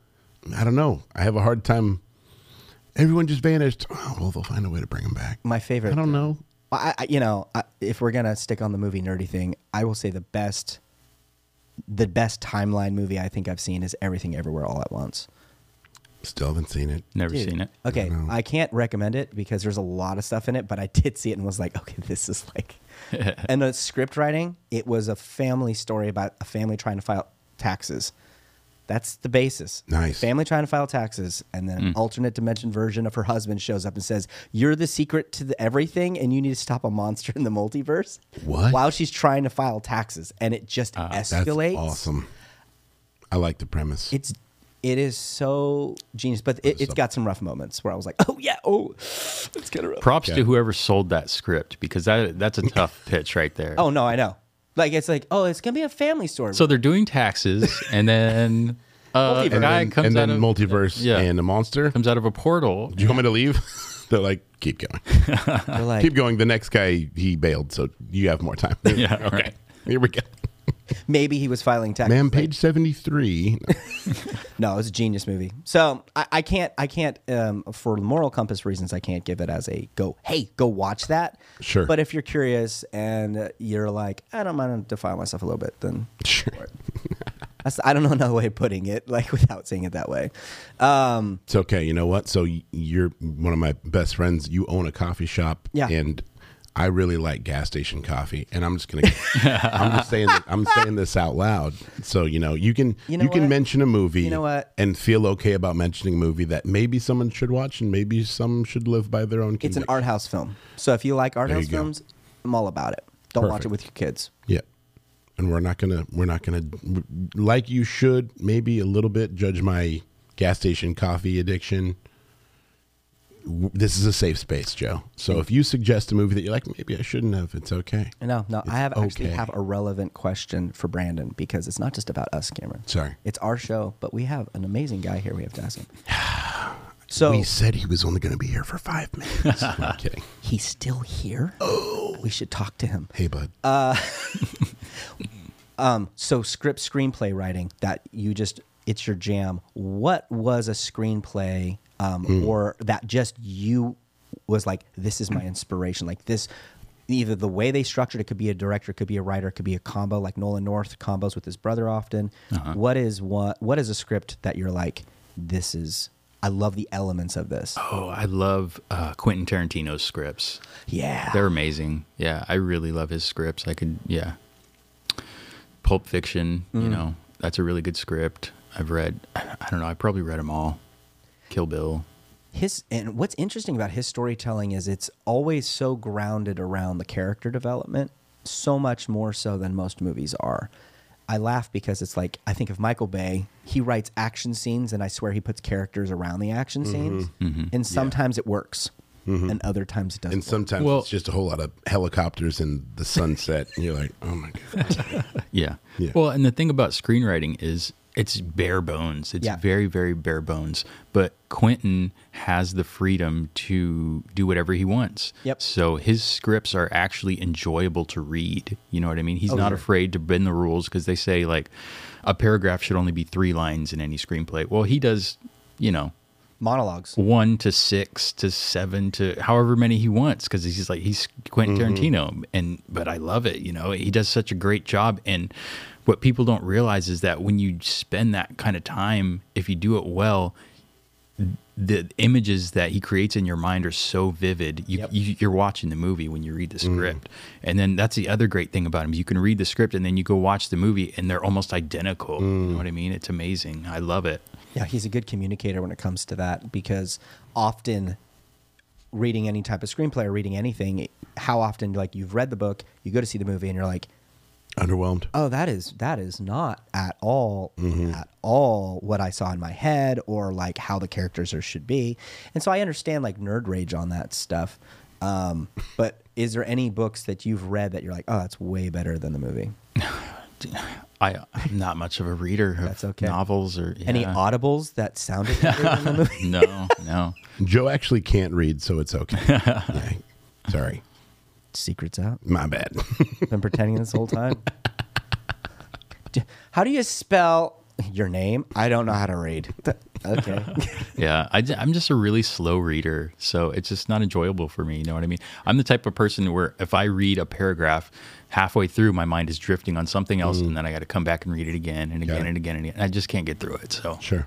I don't know. I have a hard time. Everyone just vanished. Oh, well, they'll find a way to bring them back. My favorite. I don't know. I, I you know, I, if we're gonna stick on the movie nerdy thing, I will say the best, the best timeline movie I think I've seen is Everything Everywhere All at Once. Still haven't seen it. Never Dude, seen it. Okay, No. I, can't recommend it because there's a lot of stuff in it, but I did see it and was like, okay, this is like, and the script writing, it was a family story about a family trying to file taxes. That's the basis. Nice. Family trying to file taxes, and then Mm. an alternate dimension version of her husband shows up and says, "You're the secret to the everything, and you need to stop a monster in the multiverse." What? While she's trying to file taxes, and it just Ah. That's escalates. awesome. I like the premise. It's it is so genius, but it, it's got some rough moments where I was like, "Oh yeah, oh, it's kind of rough." Props Okay. to whoever sold that script because that that's a tough pitch right there. Oh no, I know. Like it's like, oh, it's gonna be a family story. So they're doing taxes, and then uh, a Multiverse. and guy then, comes and out then of multiverse yeah. and a monster. Do comes out of a portal. you want me to leave? They're like, keep going. They're like, Keep going. The next guy, he bailed, so you have more time. Yeah, okay. right. Here we go. maybe he was filing taxes. Ma'am, Like, page 73. No, it was a genius movie. So I, I can't, I can't, um, for moral compass reasons, I can't give it as a go. Hey, go watch that. Sure. But if you're curious and uh, you're like, I don't mind to defile myself a little bit, then Sure. that's, I don't know another way of putting it, like without saying it that way. Um, It's okay. You know what? So y- you're one of my best friends. You own a coffee shop, Yeah. and I really like gas station coffee. And I'm just gonna, I'm just saying, I'm saying this out loud. So you know, you can you, You know can what? mention a movie, You know what? and feel okay about mentioning a movie that maybe someone should watch, and maybe some should live by their own. it's an conviction. art house film. So if you like art There you house go. films, I'm all about it. Don't watch it Perfect. with your kids. Yeah. And we're not gonna we're not gonna like you should maybe a little bit judge my gas station coffee addiction. W- This is a safe space, Joe. So if you suggest a movie that you're like, maybe I shouldn't have, it's okay. No, no, I have actually okay. have a relevant question for Brandon because it's not just about us, Cameron. Sorry. it's our show, but we have an amazing guy here. We have to ask him. So We said he was only gonna be here for five minutes. No, I'm kidding. he's still here. Oh, we should talk to him. Hey, bud. Um, so script screenplay writing that you just it's your jam. What was a screenplay um, or that just you was like this is my inspiration like this either the way they structured it could be a director it could be a writer it could be a combo like Nolan North combos with his brother often. What is what what is a script that you're like this is I love the elements of this. Oh, I love uh, Quentin Tarantino's scripts. Yeah. They're amazing. Yeah, I really love his scripts. I could, yeah. Pulp Fiction, you know, that's a really good script. I've read, I don't know, I probably read them all. Kill Bill. his and what's interesting about his storytelling is it's always so grounded around the character development so much more so than most movies are i laugh because it's like i think of michael bay he writes action scenes and i swear he puts characters around the action scenes and sometimes it works and other times it doesn't and sometimes Well- it's just a whole lot of helicopters and the sunset, and you're like, oh my god. Yeah. Yeah. Well, and the thing about screenwriting is it's bare bones. It's Yeah. very, very bare bones. But Quentin has the freedom to do whatever he wants. Yep. So his scripts are actually enjoyable to read. You know what I mean? He's not sure. afraid to bend the rules because they say like a paragraph should only be three lines in any screenplay. Well, he does, you know, Monologues. one to six to seven to however many he wants because he's just like he's Quentin Tarantino and but I love it you know he does such a great job and what people don't realize is that when you spend that kind of time if you do it well the images that he creates in your mind are so vivid. You, Yep. you you're watching the movie when you read the script, and then that's the other great thing about him. You can read the script and then you go watch the movie, and they're almost identical. You know what I mean? It's amazing. I love it. Yeah, he's a good communicator when it comes to that because often reading any type of screenplay or reading anything, how often like you've read the book, you go to see the movie and you're like, Underwhelmed. oh that is that is not at all at all what i saw in my head or like how the characters are should be and so i understand like nerd rage on that stuff um, but is there any books that you've read that you're like oh that's way better than the movie I, I'm not much of a reader of That's okay. novels or yeah. any audibles that sounded better than the movie No, no. Joe actually can't read, so it's okay. Yeah. Sorry. secrets out My bad. been pretending this whole time D- how do you spell your name i don't know how to read Th- okay Yeah, I, am just a really slow reader, so it's just not enjoyable for me. You know what I mean? I'm the type of person where if I read a paragraph halfway through, my mind is drifting on something else, and then I got to come back and read it again and again it. and again and again. I just can't get through it. So sure.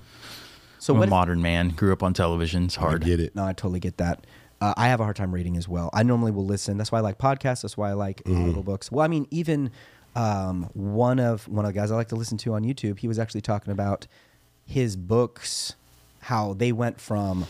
so I'm what a if- modern man, grew up on television. It's I hard. get it. No, I totally get that. Uh, I have a hard time reading as well. I normally will listen. That's why I like podcasts. That's why I like audible books. Well, I mean, even um, one of one of the guys I like to listen to on YouTube, he was actually talking about his books, how they went from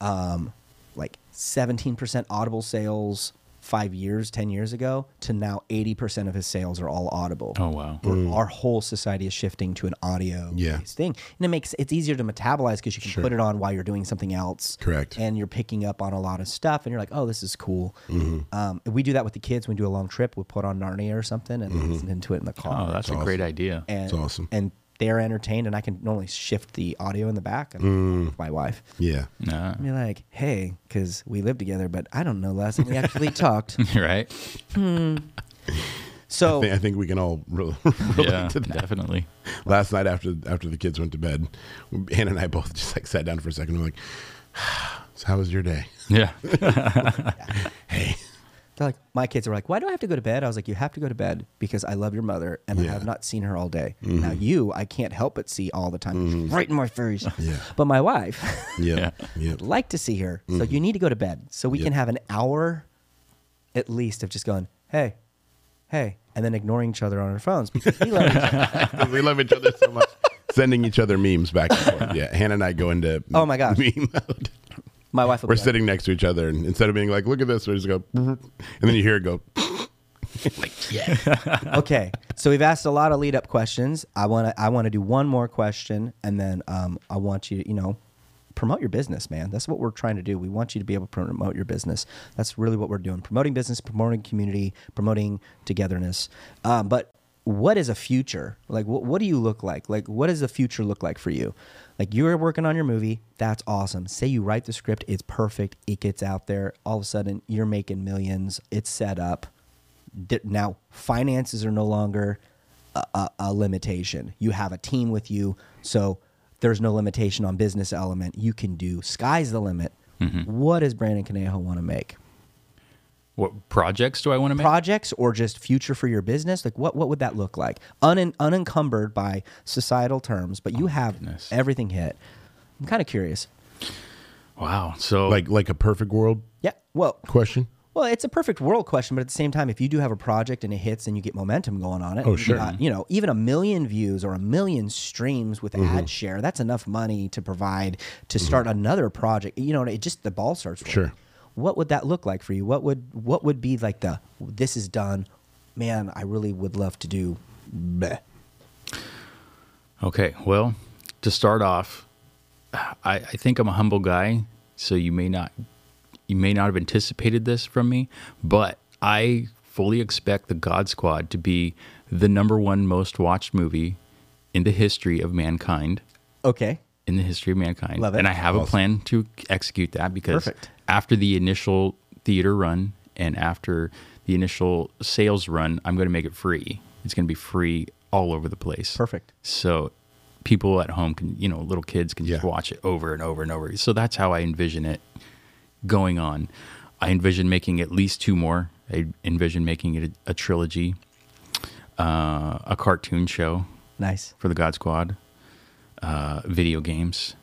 um, like seventeen percent Audible sales five years, ten years ago, to now eighty percent of his sales are all Audible Oh wow. we're- our whole society is shifting to an audio Mm. Yeah. thing and it makes it's easier to metabolize because you can put it on while you're doing something else Correct. and you're picking up on a lot of stuff and you're like oh this is cool Mm-hmm. um, we do that with the kids when we do a long trip we put on narnia or something and listen into it in the car Oh, that's a great idea. and, Mm-hmm. That's awesome. and they're entertained and i can normally shift the audio in the back and Mm. with my wife Yeah. Nah. and be like hey because we live together but i don't know less and we actually talked right? so I think, I think we can all re- relate yeah, to that. definitely. Last night after after the kids went to bed, Hannah and I both just like sat down for a second. I'm like, so how was your day? Yeah. Hey, They're like, my kids are like, why do I have to go to bed? I was like, you have to go to bed because I love your mother and I Yeah. Mm-hmm. have not seen her all day. Now you, I can't help but see all the time, right in my face. Yeah. But my wife yeah, Yeah. yeah. like to see her, so you need to go to bed so we Mm-hmm. Yep. can have an hour, at least, of just going, hey, hey, and then ignoring each other on our phones because we love each other. we love each other so much. Sending each other memes back and forth. Yeah, Hannah and I go into Oh my gosh. meme mode. My wife. Will We're be like, sitting next to each other, and instead of being like, "Look at this," we just go, "Mm-hmm." and then you hear it go. like, yeah, okay, so we've asked a lot of lead up questions. I want to I want to do one more question, and then um, I want you, you know, promote your business, man. That's what we're trying to do. We want you to be able to promote your business. That's really what we're doing: promoting business, promoting community, promoting togetherness. Um, but what is a future like? What, what do you look like? Like, what does the future look like for you? Like, you're working on your movie. That's awesome. Say you write the script, it's perfect. It gets out there. All of a sudden, you're making millions. It's set up di- now finances are no longer a, a, a limitation. You have a team with you, so there's no limitation on business element. You can do sky's the limit. What does Brandon Conejo want to make? What projects do I want to make? Projects or just future for your business? Like what what would that look like? Un, unencumbered by societal terms, but you have goodness. everything hit. I'm kind of curious. wow. So like like a perfect world Yeah. Well, question. Well, it's a perfect world question, but at the same time, if you do have a project and it hits and you get momentum going on it, Oh, you sure. got, you know, even a million views or a million streams with Mm-hmm. ad share, that's enough money to provide to start another project. You know, it just the ball starts. rolling. Sure. What would that look like for you? What would what would be like the this is done, man? I really would love to do. bleh." Okay, well, to start off, I, I think I'm a humble guy, so you may not you may not have anticipated this from me, but I fully expect the God Squad to be the number one most watched movie in the history of mankind. Okay. in the history of mankind. Love it. And I have a plan to execute that because Perfect. after the initial theater run and after the initial sales run, I'm going to make it free. It's going to be free all over the place. Perfect. So people at home can, you know, little kids can just Yeah. watch it over and over and over. So that's how I envision it going on. I envision making at least two more. I envision making it a, a trilogy, uh, a cartoon show Nice. for the God Squad, uh, video games,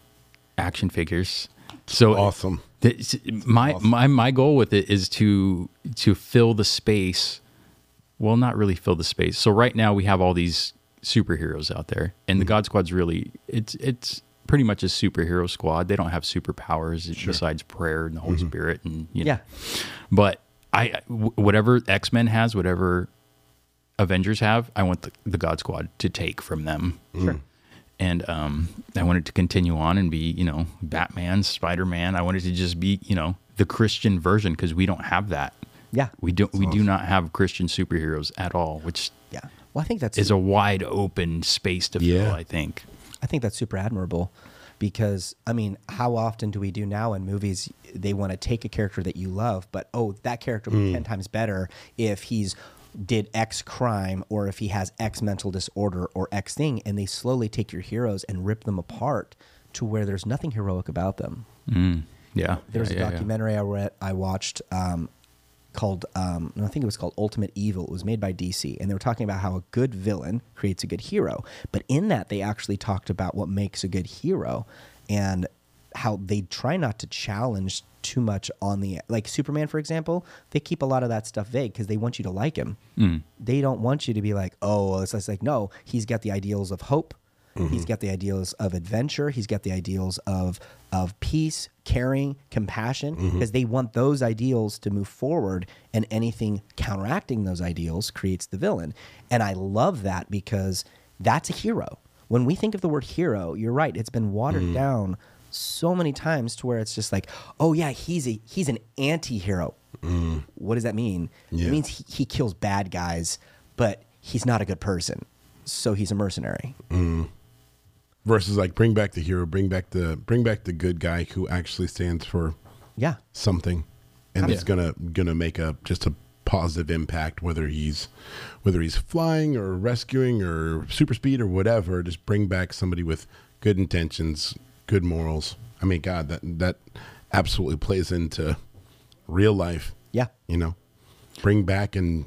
action figures. So Awesome. This, my my my goal with it is to to fill the space. Well, not really fill the space. So right now we have all these superheroes out there, and the God Squad's really it's it's pretty much a superhero squad. They don't have superpowers besides prayer and the Holy Spirit, and you know. Yeah. But I w- whatever X Men has, whatever Avengers have, I want the, the God Squad to take from them. Sure. And um, I want it to continue on and be, you know, Batman, Spider Man. I want it to just be, you know, the Christian version because we don't have that. Yeah. We don't. we do not have Christian superheroes at all, which Yeah. Well, I think that's is a wide open space to fill. Yeah. I think. I think that's super admirable because I mean, how often do we do now in movies they want to take a character that you love, but oh, that character would be 10 times better if he's did X crime or if he has X mental disorder or X thing and they slowly take your heroes and rip them apart to where there's nothing heroic about them. Mm. Yeah. There was yeah, a yeah, yeah. documentary I read, I watched um, called um, no, I think it was called Ultimate Evil. It was made by DC, and they were talking about how a good villain creates a good hero. But in that, they actually talked about what makes a good hero and how they try not to challenge too much on the like Superman, for example. They keep a lot of that stuff vague because they want you to like him. Hmm. They don't want you to be like, oh, well, it's it's like no, he's got the ideals of hope. He's got the ideals of adventure. He's got the ideals of of peace, caring, compassion, because they want those ideals to move forward, and anything counteracting those ideals creates the villain. And I love that because that's a hero. When we think of the word hero, you're right; it's been watered down so many times to where it's just like, oh yeah, he's a he's an anti-hero. What does that mean? Yeah. It means he, he kills bad guys, but he's not a good person, so he's a mercenary. Versus like bring back the hero, bring back the bring back the good guy who actually stands for Yeah. something and it's Yeah. gonna gonna make a just a positive impact whether he's whether he's flying or rescuing or super speed or whatever just bring back somebody with good intentions good morals i mean god that that absolutely plays into real life Yeah. you know bring back and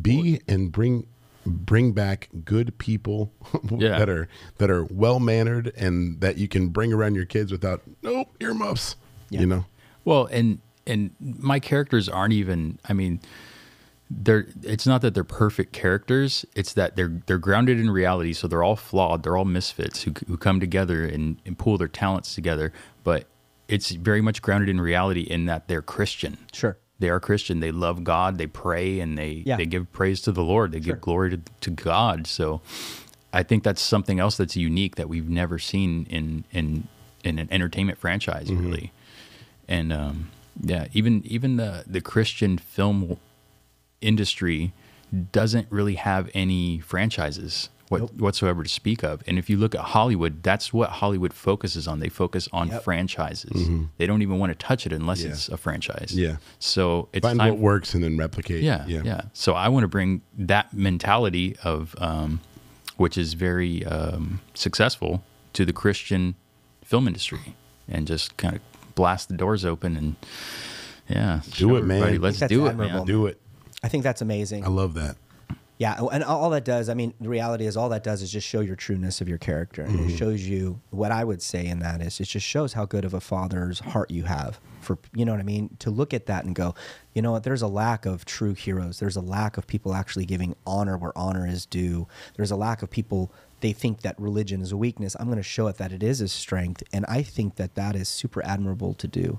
be and bring bring back good people Yeah. that are that are well mannered and that you can bring around your kids without no earmuffs Yeah. you know Well, and and my characters aren't even. I mean, they're. It's not that they're perfect characters. It's that they're they're grounded in reality. So they're all flawed. They're all misfits who who come together and and pool their talents together. But it's very much grounded in reality in that they're Christian. Sure. They are Christian. They love God. They pray and they Yeah. they give praise to the Lord. They give glory to, to God. So I think that's something else that's unique that we've never seen in in in an entertainment franchise Mm-hmm. really. And um, yeah, even even the the Christian film industry doesn't really have any franchises what, whatsoever to speak of. And if you look at Hollywood, that's what Hollywood focuses on. They focus on franchises. They don't even want to touch it unless Mm-hmm. Yeah. it's a franchise. Yeah. So it's find time what works and then replicate yeah, yeah, So I want to bring that mentality of, um, which is very um, successful, to the Christian film industry, and just kind of blast the doors open and yeah, show it, man. everybody, I Let's think do that's it, admirable. man. do it I think that's amazing. i love that Yeah, oh, and all all that does, I mean, the reality is all that does is just show your trueness of your character. And it shows you what I would say in that is it just shows how good of a father's heart you have for, you know what I mean? To look at that and go, you know what, there's a lack of true heroes. There's a lack of people actually giving honor where honor is due. There's a lack of people, they think that religion is a weakness. I'm going to show it that it is a strength. And I think that that is super admirable to do.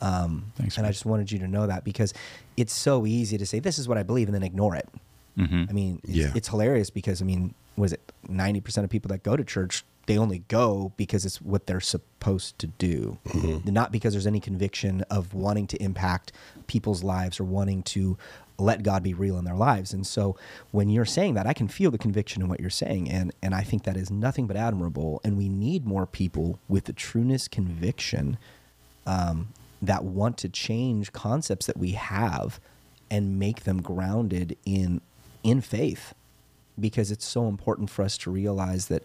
Um, Thanks, and I man. just wanted you to know that because it's so easy to say, this is what I believe, and then ignore it. I mean, it's, Yeah. it's hilarious because I mean, was it ninety percent of people that go to church they only go because it's what they're supposed to do, not because there's any conviction of wanting to impact people's lives or wanting to let God be real in their lives. And so when you're saying that, I can feel the conviction in what you're saying. And, and I think that is nothing but admirable. And we need more people with the trueness conviction um, that want to change concepts that we have and make them grounded in, in faith. Because it's so important for us to realize that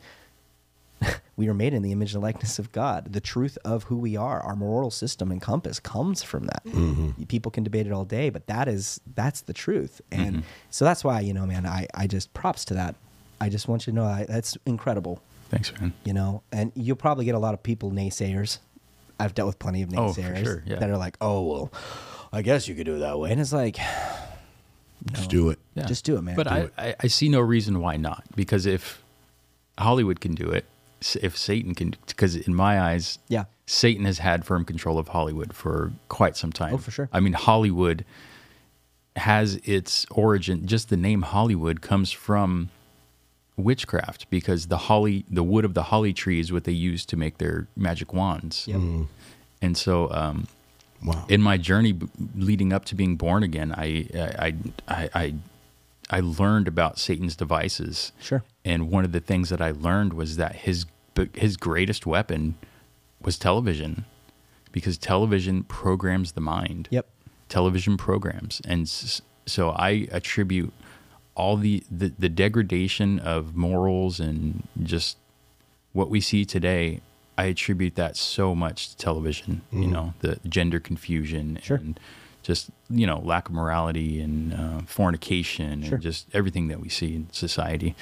we are made in the image and likeness of God. The truth of who we are, our moral system and compass comes from that. People can debate it all day, but that is that's the truth. And so that's why, you know, man, I, I just props to that. I just want you to know I, that's incredible, Thanks, man. you know. And you'll probably get a lot of people naysayers. I've dealt with plenty of Oh, for naysayers sure, yeah. that are like, "Oh, well, I guess you could do it that way." And it's like, Just do it. Yeah. Just do it, man. But Do I, I, I see no reason why not. Because if Hollywood can do it, s- if Satan can, because in my eyes, Yeah. Satan has had firm control of Hollywood for quite some time. Oh, for sure. I mean, Hollywood has its origin. Just the name Hollywood comes from witchcraft because the holly, the wood of the holly tree is what they use to make their magic wands. Yep. And so, um, Wow. in my journey b- leading up to being born again, I I I I, I learned about Satan's devices. Sure. And one of the things that I learned was that his b- his greatest weapon was television, because television programs the mind. Yep. Television programs, and s- so I attribute all the, the the degradation of morals and just what we see today, I attribute that so much to television. You know, the gender confusion Mm-hmm. Sure. and just you know lack of morality and uh, fornication Sure. and just everything that we see in society.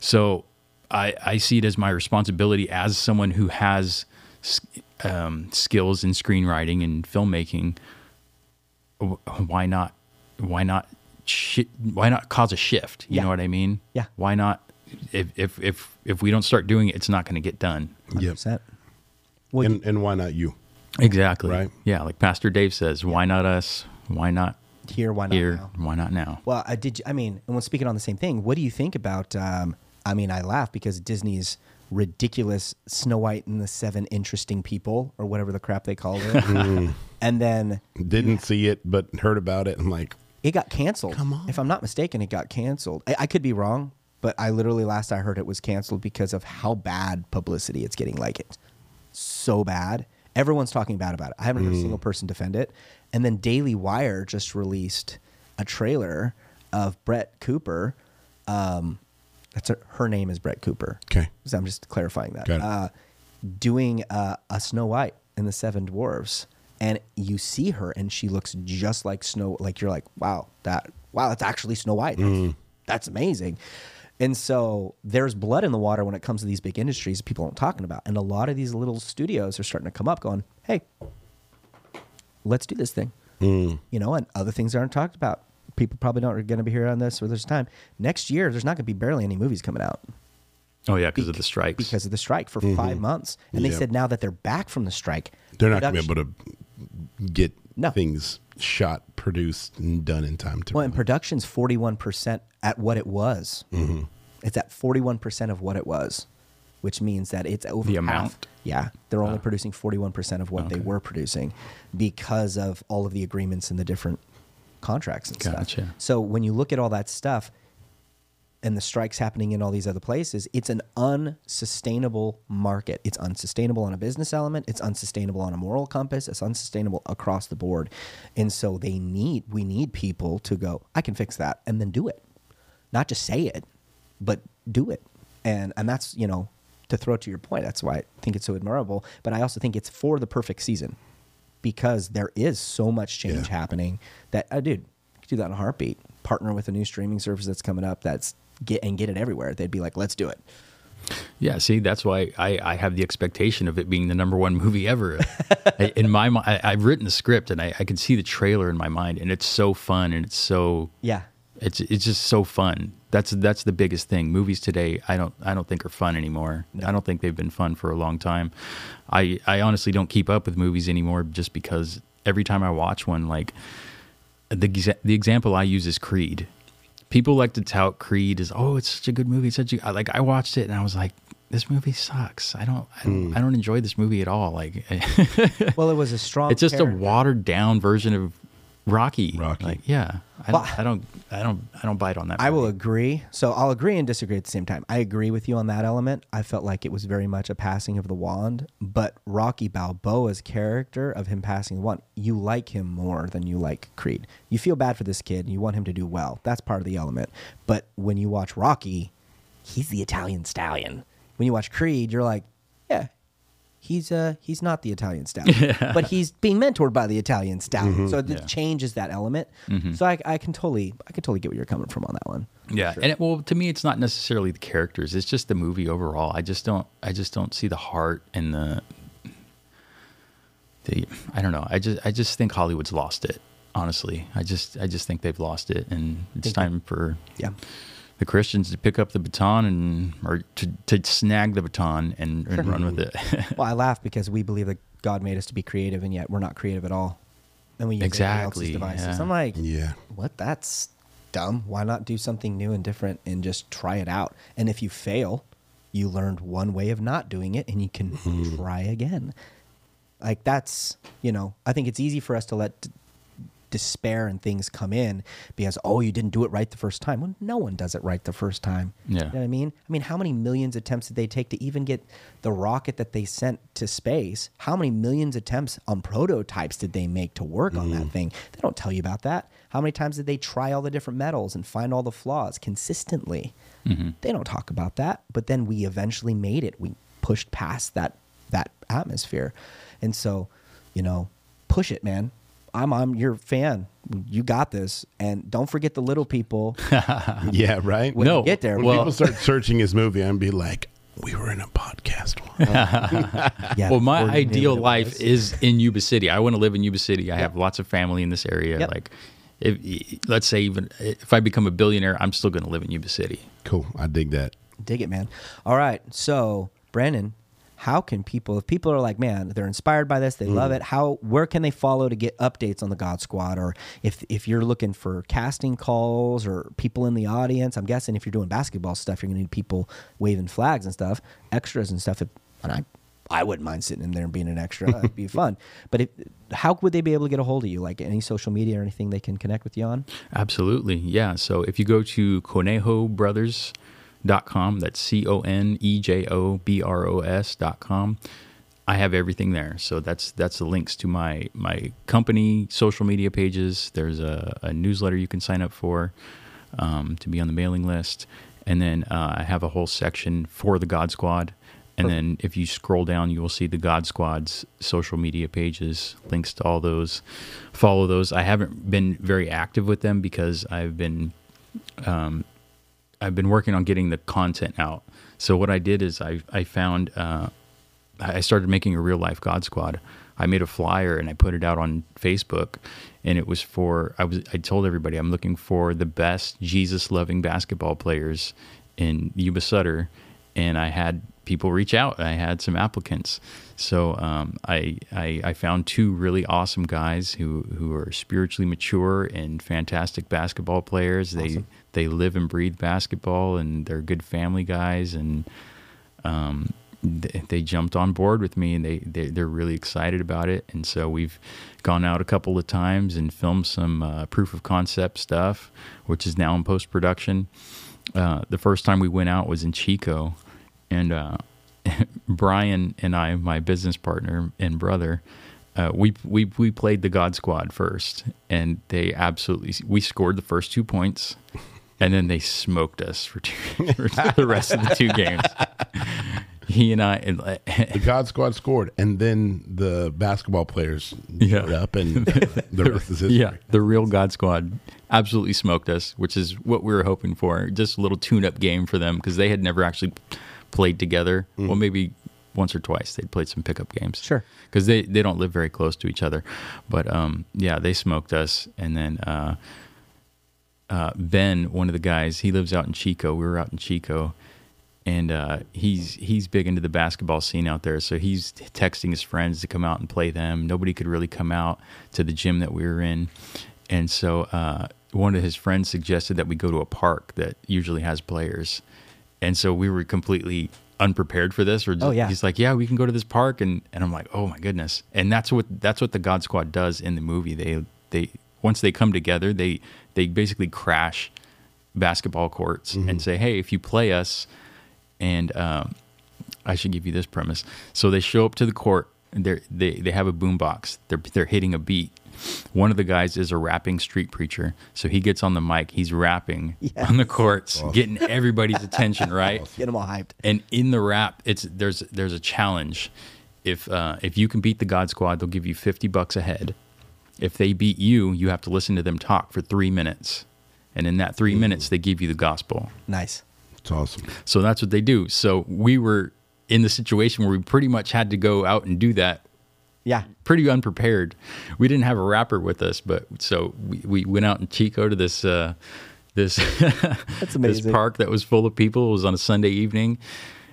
So I I see it as my responsibility as someone who has s- um, skills in screenwriting and filmmaking. w- Why not? Why not? Shi- why not cause a shift? You Yeah. know what I mean? Yeah. Why not? If if if if we don't start doing it, it's not going to get done. Yep. 100%. Well, And and why not you? Exactly. Right. Yeah. Like Pastor Dave says, why not us? Why not here, why not here? now? Why not now? Well, I did. I mean, and when speaking on the same thing, what do you think about? Um, I mean, I laugh because Disney's ridiculous Snow White and the Seven Interesting People, or whatever the crap they called it, and then Didn't see it, but heard about it. I'm like, it got canceled. Come on. If I'm not mistaken, it got canceled. I, I could be wrong, but I literally last I heard it was canceled because of how bad publicity it's getting. Like it, so bad. Everyone's talking bad about it. I haven't heard a single person defend it. And then Daily Wire just released a trailer of Brett Cooper. Um, that's her, her name is Brett Cooper. Okay. So I'm just clarifying that. Got it. Uh, doing uh, a Snow White and the Seven Dwarves, and you see her, and she looks just like Snow. Like you're like, wow, that wow, that's actually Snow White. That's, Mm-hmm. that's amazing. And so there's blood in the water when it comes to these big industries people aren't talking about, and a lot of these little studios are starting to come up, going, hey, let's do this thing. Mm. You know, and other things aren't talked about. People probably don't are going to be here on this or there's time. Next year, there's not going to be barely any movies coming out Oh yeah, because of the strikes. because of the strike for five months. And they Mm-hmm. Yep. said now that they're back from the strike, they're not going to production- be able to get No. things shot, produced, and done in time to. Well, and production's forty one percent at what it was. Mm-hmm. It's at forty one percent of what it was, which means that it's over The half. amount? Yeah, they're Ah. only producing forty one percent of what they were producing because of all of the agreements and the different contracts and stuff. Gotcha. So when you look at all that stuff, and the strikes happening in all these other places, it's an unsustainable market. It's unsustainable on a business element, it's unsustainable on a moral compass, it's unsustainable across the board. And so they need we need people to go, I can fix that and then do it. Not just say it, but do it. And and that's, you know, to throw to your point, that's why I think it's so admirable, but I also think it's for the perfect season because there is so much change Yeah. happening that oh, dude you could do that in a heartbeat partner with a new streaming service that's coming up that's get and get it everywhere they'd be like let's do it Yeah, see, that's why I, I have the expectation of it being the number one movie ever. I- in my mind, I, I've written the script and I, I can see the trailer in my mind, and it's so fun and it's so yeah it's it's just so fun. That's that's the biggest thing. Movies today, I don't I don't think are fun anymore. I don't think they've been fun for a long time. I I honestly don't keep up with movies anymore just because every time I watch one, like the exa- the example I use is Creed. People like to tout Creed as oh, it's such a good movie, it's such a I- like I watched it and I was like, this movie sucks. I don't, I don't, Hmm. I don't enjoy this movie at all. Like, Well, it was a strong. it's just a character. watered down version of Rocky. Rocky. Like, yeah, I Well, don't, I don't, I don't, I don't bite on that. I will movie. agree. So I'll agree and disagree at the same time. I agree with you on that element. I felt like it was very much a passing of the wand, but Rocky Balboa's character of him passing the wand, you like him more than you like Creed. You feel bad for this kid and you want him to do well. That's part of the element. But when you watch Rocky, he's the Italian stallion. When you watch Creed, you're like, yeah, he's uh he's not the Italian stallion, but he's being mentored by the Italian stallion. Mm-hmm. So it changes that element. So I, I can totally I can totally get where you're coming from on that one. Yeah, and it, well, to me, it's not necessarily the characters; it's just the movie overall. I just don't, I just don't see the heart and the, the. I don't know. I just, I just think Hollywood's lost it. Honestly, I just, I just think they've lost it, and it's time for Yeah. the Christians to pick up the baton and or to, to snag the baton and, and run with it. Well, I laugh because we believe that God made us to be creative, and yet we're not creative at all, and we use everybody else's Exactly, devices. yeah. I'm like, Yeah. what? That's dumb. Why not do something new and different and just try it out? And if you fail, you learned one way of not doing it, and you can try again. Like that's you know, I think it's easy for us to let d- despair and things come in because oh, you didn't do it right the first time. Well, no one does it right the first time. You Yeah. know what I mean? I mean, how many millions attempts did they take to even get the rocket that they sent to space? How many millions attempts on prototypes did they make to work on Mm. that thing? They don't tell you about that. How many times did they try all the different metals and find all the flaws consistently? Mm-hmm. They don't talk about that. But then we eventually made it. We pushed past that that atmosphere, and so, you know, push it, man. I'm I'm your fan. You got this, and don't forget the little people. Yeah, right? When No, you get there, When Uh-huh. well- people start searching his movie, I'm be like, we were in a podcast once. yeah, well, my or knew ideal it life was. is in Yuba City. I want to live in Yuba City. I have lots of family in this area. Yep. Like, if, let's say even if I become a billionaire, I'm still going to live in Yuba City. cool. I dig that. Dig it, man. All right. So, Brandon, how can people, if people are like, man, they're inspired by this, they love Mm. it, how, where can they follow to get updates on the God Squad? Or if, if you're looking for casting calls or people in the audience, I'm guessing if you're doing basketball stuff, you're going to need people waving flags and stuff, extras and stuff. And I, I wouldn't mind sitting in there and being an extra. That'd be fun. But if, how would they be able to get a hold of you? Like any social media or anything they can connect with you on? Absolutely. Yeah. So if you go to conejobrothers.com, that's C O N E J O B R O S.com. I have everything there. So that's that's the links to my my company social media pages. There's a, a newsletter you can sign up for um, to be on the mailing list. And then uh, I have a whole section for the God Squad. And then if you scroll down, you will see the God Squad's social media pages, links to all those. Follow those. I haven't been very active with them because I've been um, I've been working on getting the content out. So what I did is I I found uh, I started making a real life God Squad. I made a flyer and I put it out on Facebook, and it was for I was I told everybody I'm looking for the best Jesus loving basketball players in Yuba Sutter, and I had people reach out. I had some applicants, so um, I, I I found two really awesome guys who who are spiritually mature and fantastic basketball players. They they live and breathe basketball, and they're good family guys, and they, they jumped on board with me and they, they they're really excited about it and so we've gone out a couple of times and filmed some uh, proof of concept stuff which is now in post production uh, the first time we went out was in Chico and uh, Brian and I my business partner and brother uh, we, we we played the God Squad first and they absolutely we scored the first two points and then they smoked us for, two, for the rest of the two games he and I, and like, The God Squad scored, and then the basketball players Yeah. showed up, and the rest is history. yeah, the real God Squad absolutely smoked us, which is what we were hoping for. Just a little tune-up game for them because they had never actually played together. Well, maybe once or twice they'd played some pickup games. Sure. because they they don't live very close to each other, but um, yeah, they smoked us, and then. Uh, uh, Ben, one of the guys, he lives out in Chico. We were out in Chico, and uh, he's he's big into the basketball scene out there. So he's texting his friends to come out and play them. Nobody could really come out to the gym that we were in, and so uh, one of his friends suggested that we go to a park that usually has players. And so we were completely unprepared for this. Or Oh, yeah. he's like, yeah, we can go to this park, and and I'm like, oh my goodness. And that's what that's what the God Squad does in the movie. They they once they come together, they they basically crash basketball courts and say, hey, if you play us, and um, I should give you this premise. So they show up to the court. They they they have a boombox. They're they're hitting a beat. One of the guys is a rapping street preacher, so he gets on the mic. He's rapping on the courts, getting everybody's attention. Right, Get them all hyped. and in the rap, it's there's there's a challenge. If uh, if you can beat the God Squad, they'll give you fifty bucks a head. If they beat you, you have to listen to them talk for three minutes, and in that three minutes, they give you the gospel. Nice. It's awesome. So that's what they do. So we were in the situation where we pretty much had to go out and do that Yeah. pretty unprepared. We didn't have a rapper with us, but so we, we went out in Chico to this uh, this this amazing. park that was full of people. It was on a Sunday evening,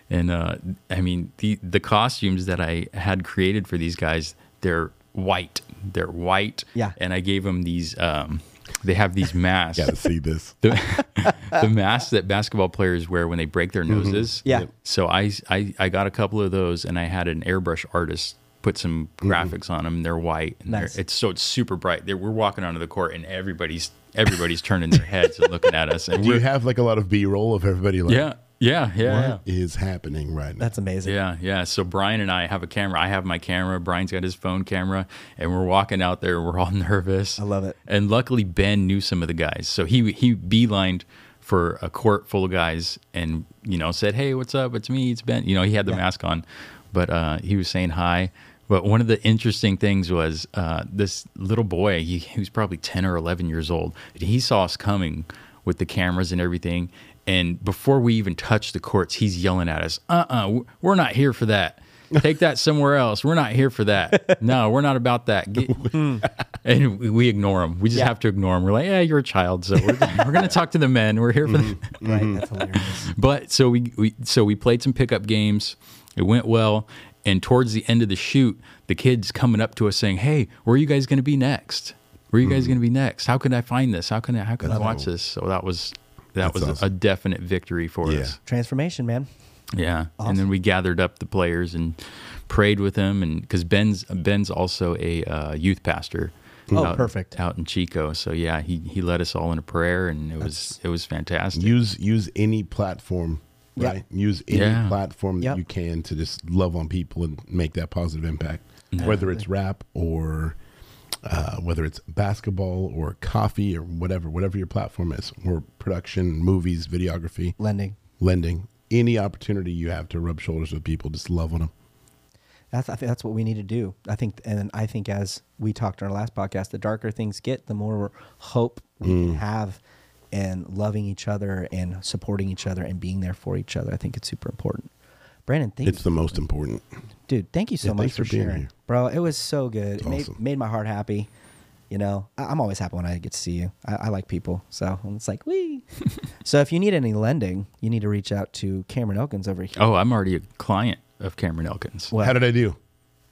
and uh, I mean the the costumes that I had created for these guys they're white, they're white. Yeah. and I gave them these. Um, they have these masks, Got to see this. the, the masks that basketball players wear when they break their noses. Mm-hmm. Yeah. Yep. So I, I I got a couple of those, and I had an airbrush artist put some graphics on them. And they're white, and Mm-hmm. Nice. they're, it's so it's super bright. They, we're walking onto the court, and everybody's everybody's turning their heads and looking at us. And Do you we're, have like a lot of B roll of everybody? Like, yeah, yeah, yeah, yeah. what is happening right now? That's amazing. Yeah, yeah. So Brian and I have a camera. I have my camera. Brian's got his phone camera, and we're walking out there. We're all nervous. I love it. And luckily, Ben knew some of the guys, so he he beelined for a court full of guys, and you know said, "Hey, what's up? It's me. It's Ben." You know, he had the mask on, but uh, he was saying hi. But one of the interesting things was uh, this little boy. He, he was probably ten or eleven years old, and he saw us coming with the cameras and everything. And before we even touch the courts, he's yelling at us, uh uh-uh, uh, we are not here for that. Take that somewhere else. We're not here for that. No, we're not about that. Get- and we- we ignore him. We just have to ignore him. We're like, yeah, you're a child. So we're, we're going to talk to the men. We're here for the Mm-hmm. Right. That's hilarious. but so we, we so we played some pickup games. It went well, and towards the end of the shoot, the kids coming up to us saying, "Hey, where are you guys going to be next? Where are you Mm-hmm. guys going to be next? How can I find this? How can I how can I watch this?" So that was That's that was awesome. a definite victory for Yeah. us. Transformation, man. Yeah, and then we gathered up the players and prayed with them, and because Ben's Ben's also a uh, youth pastor. Oh, out- perfect. Out in Chico, so yeah, he he led us all in a prayer, and it was it was fantastic. Use use any platform, Yeah. right? Use any Yeah. platform that Yep. you can to just love on people and make that positive impact. Whether it's rap or uh, whether it's basketball or coffee or whatever, whatever your platform is, or production, movies, videography, Lending. lending, any opportunity you have to rub shoulders with people, just love on them. That's I think that's what we need to do. I think, and I think as we talked in our last podcast, the darker things get, the more hope we Mm. have in loving each other and supporting each other and being there for each other. I think it's super important. Brandon, thank It's the most important. dude. Thank you so Yeah, much thanks for, for being sharing, here. bro. It was so good. it made, awesome. made my heart happy. You know, I, I'm always happy when I get to see you. I, I like people, so it's like we. so if you need any lending, you need to reach out to Cameron Elkins over here. Oh, I'm already a client of Cameron Elkins. Well, How did I do?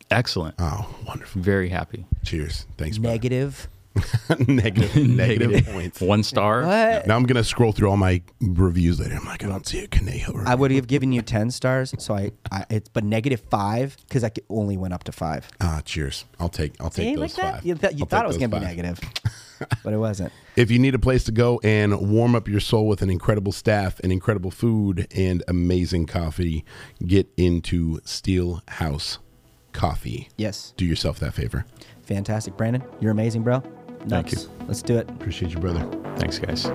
Excellent. Oh, wonderful. Very happy. Cheers. Thanks, brother. negative. negative, negative points. One star. What? Now I'm gonna scroll through all my reviews later. I'm like, I don't see a Kaneho review. I would have given you ten stars, so I, I it's but negative five because I c- only went up to five. Ah, cheers. I'll take. I'll take See, those five. You, th- you I'll thought take it was those gonna be five. negative, but it wasn't. If you need a place to go and warm up your soul with an incredible staff and incredible food and amazing coffee, get into Steel House Coffee. Yes, Do yourself that favor. fantastic, Brandon. You're amazing, bro. Nuts. Thank you. Let's do it. Appreciate you, brother. Thanks, guys.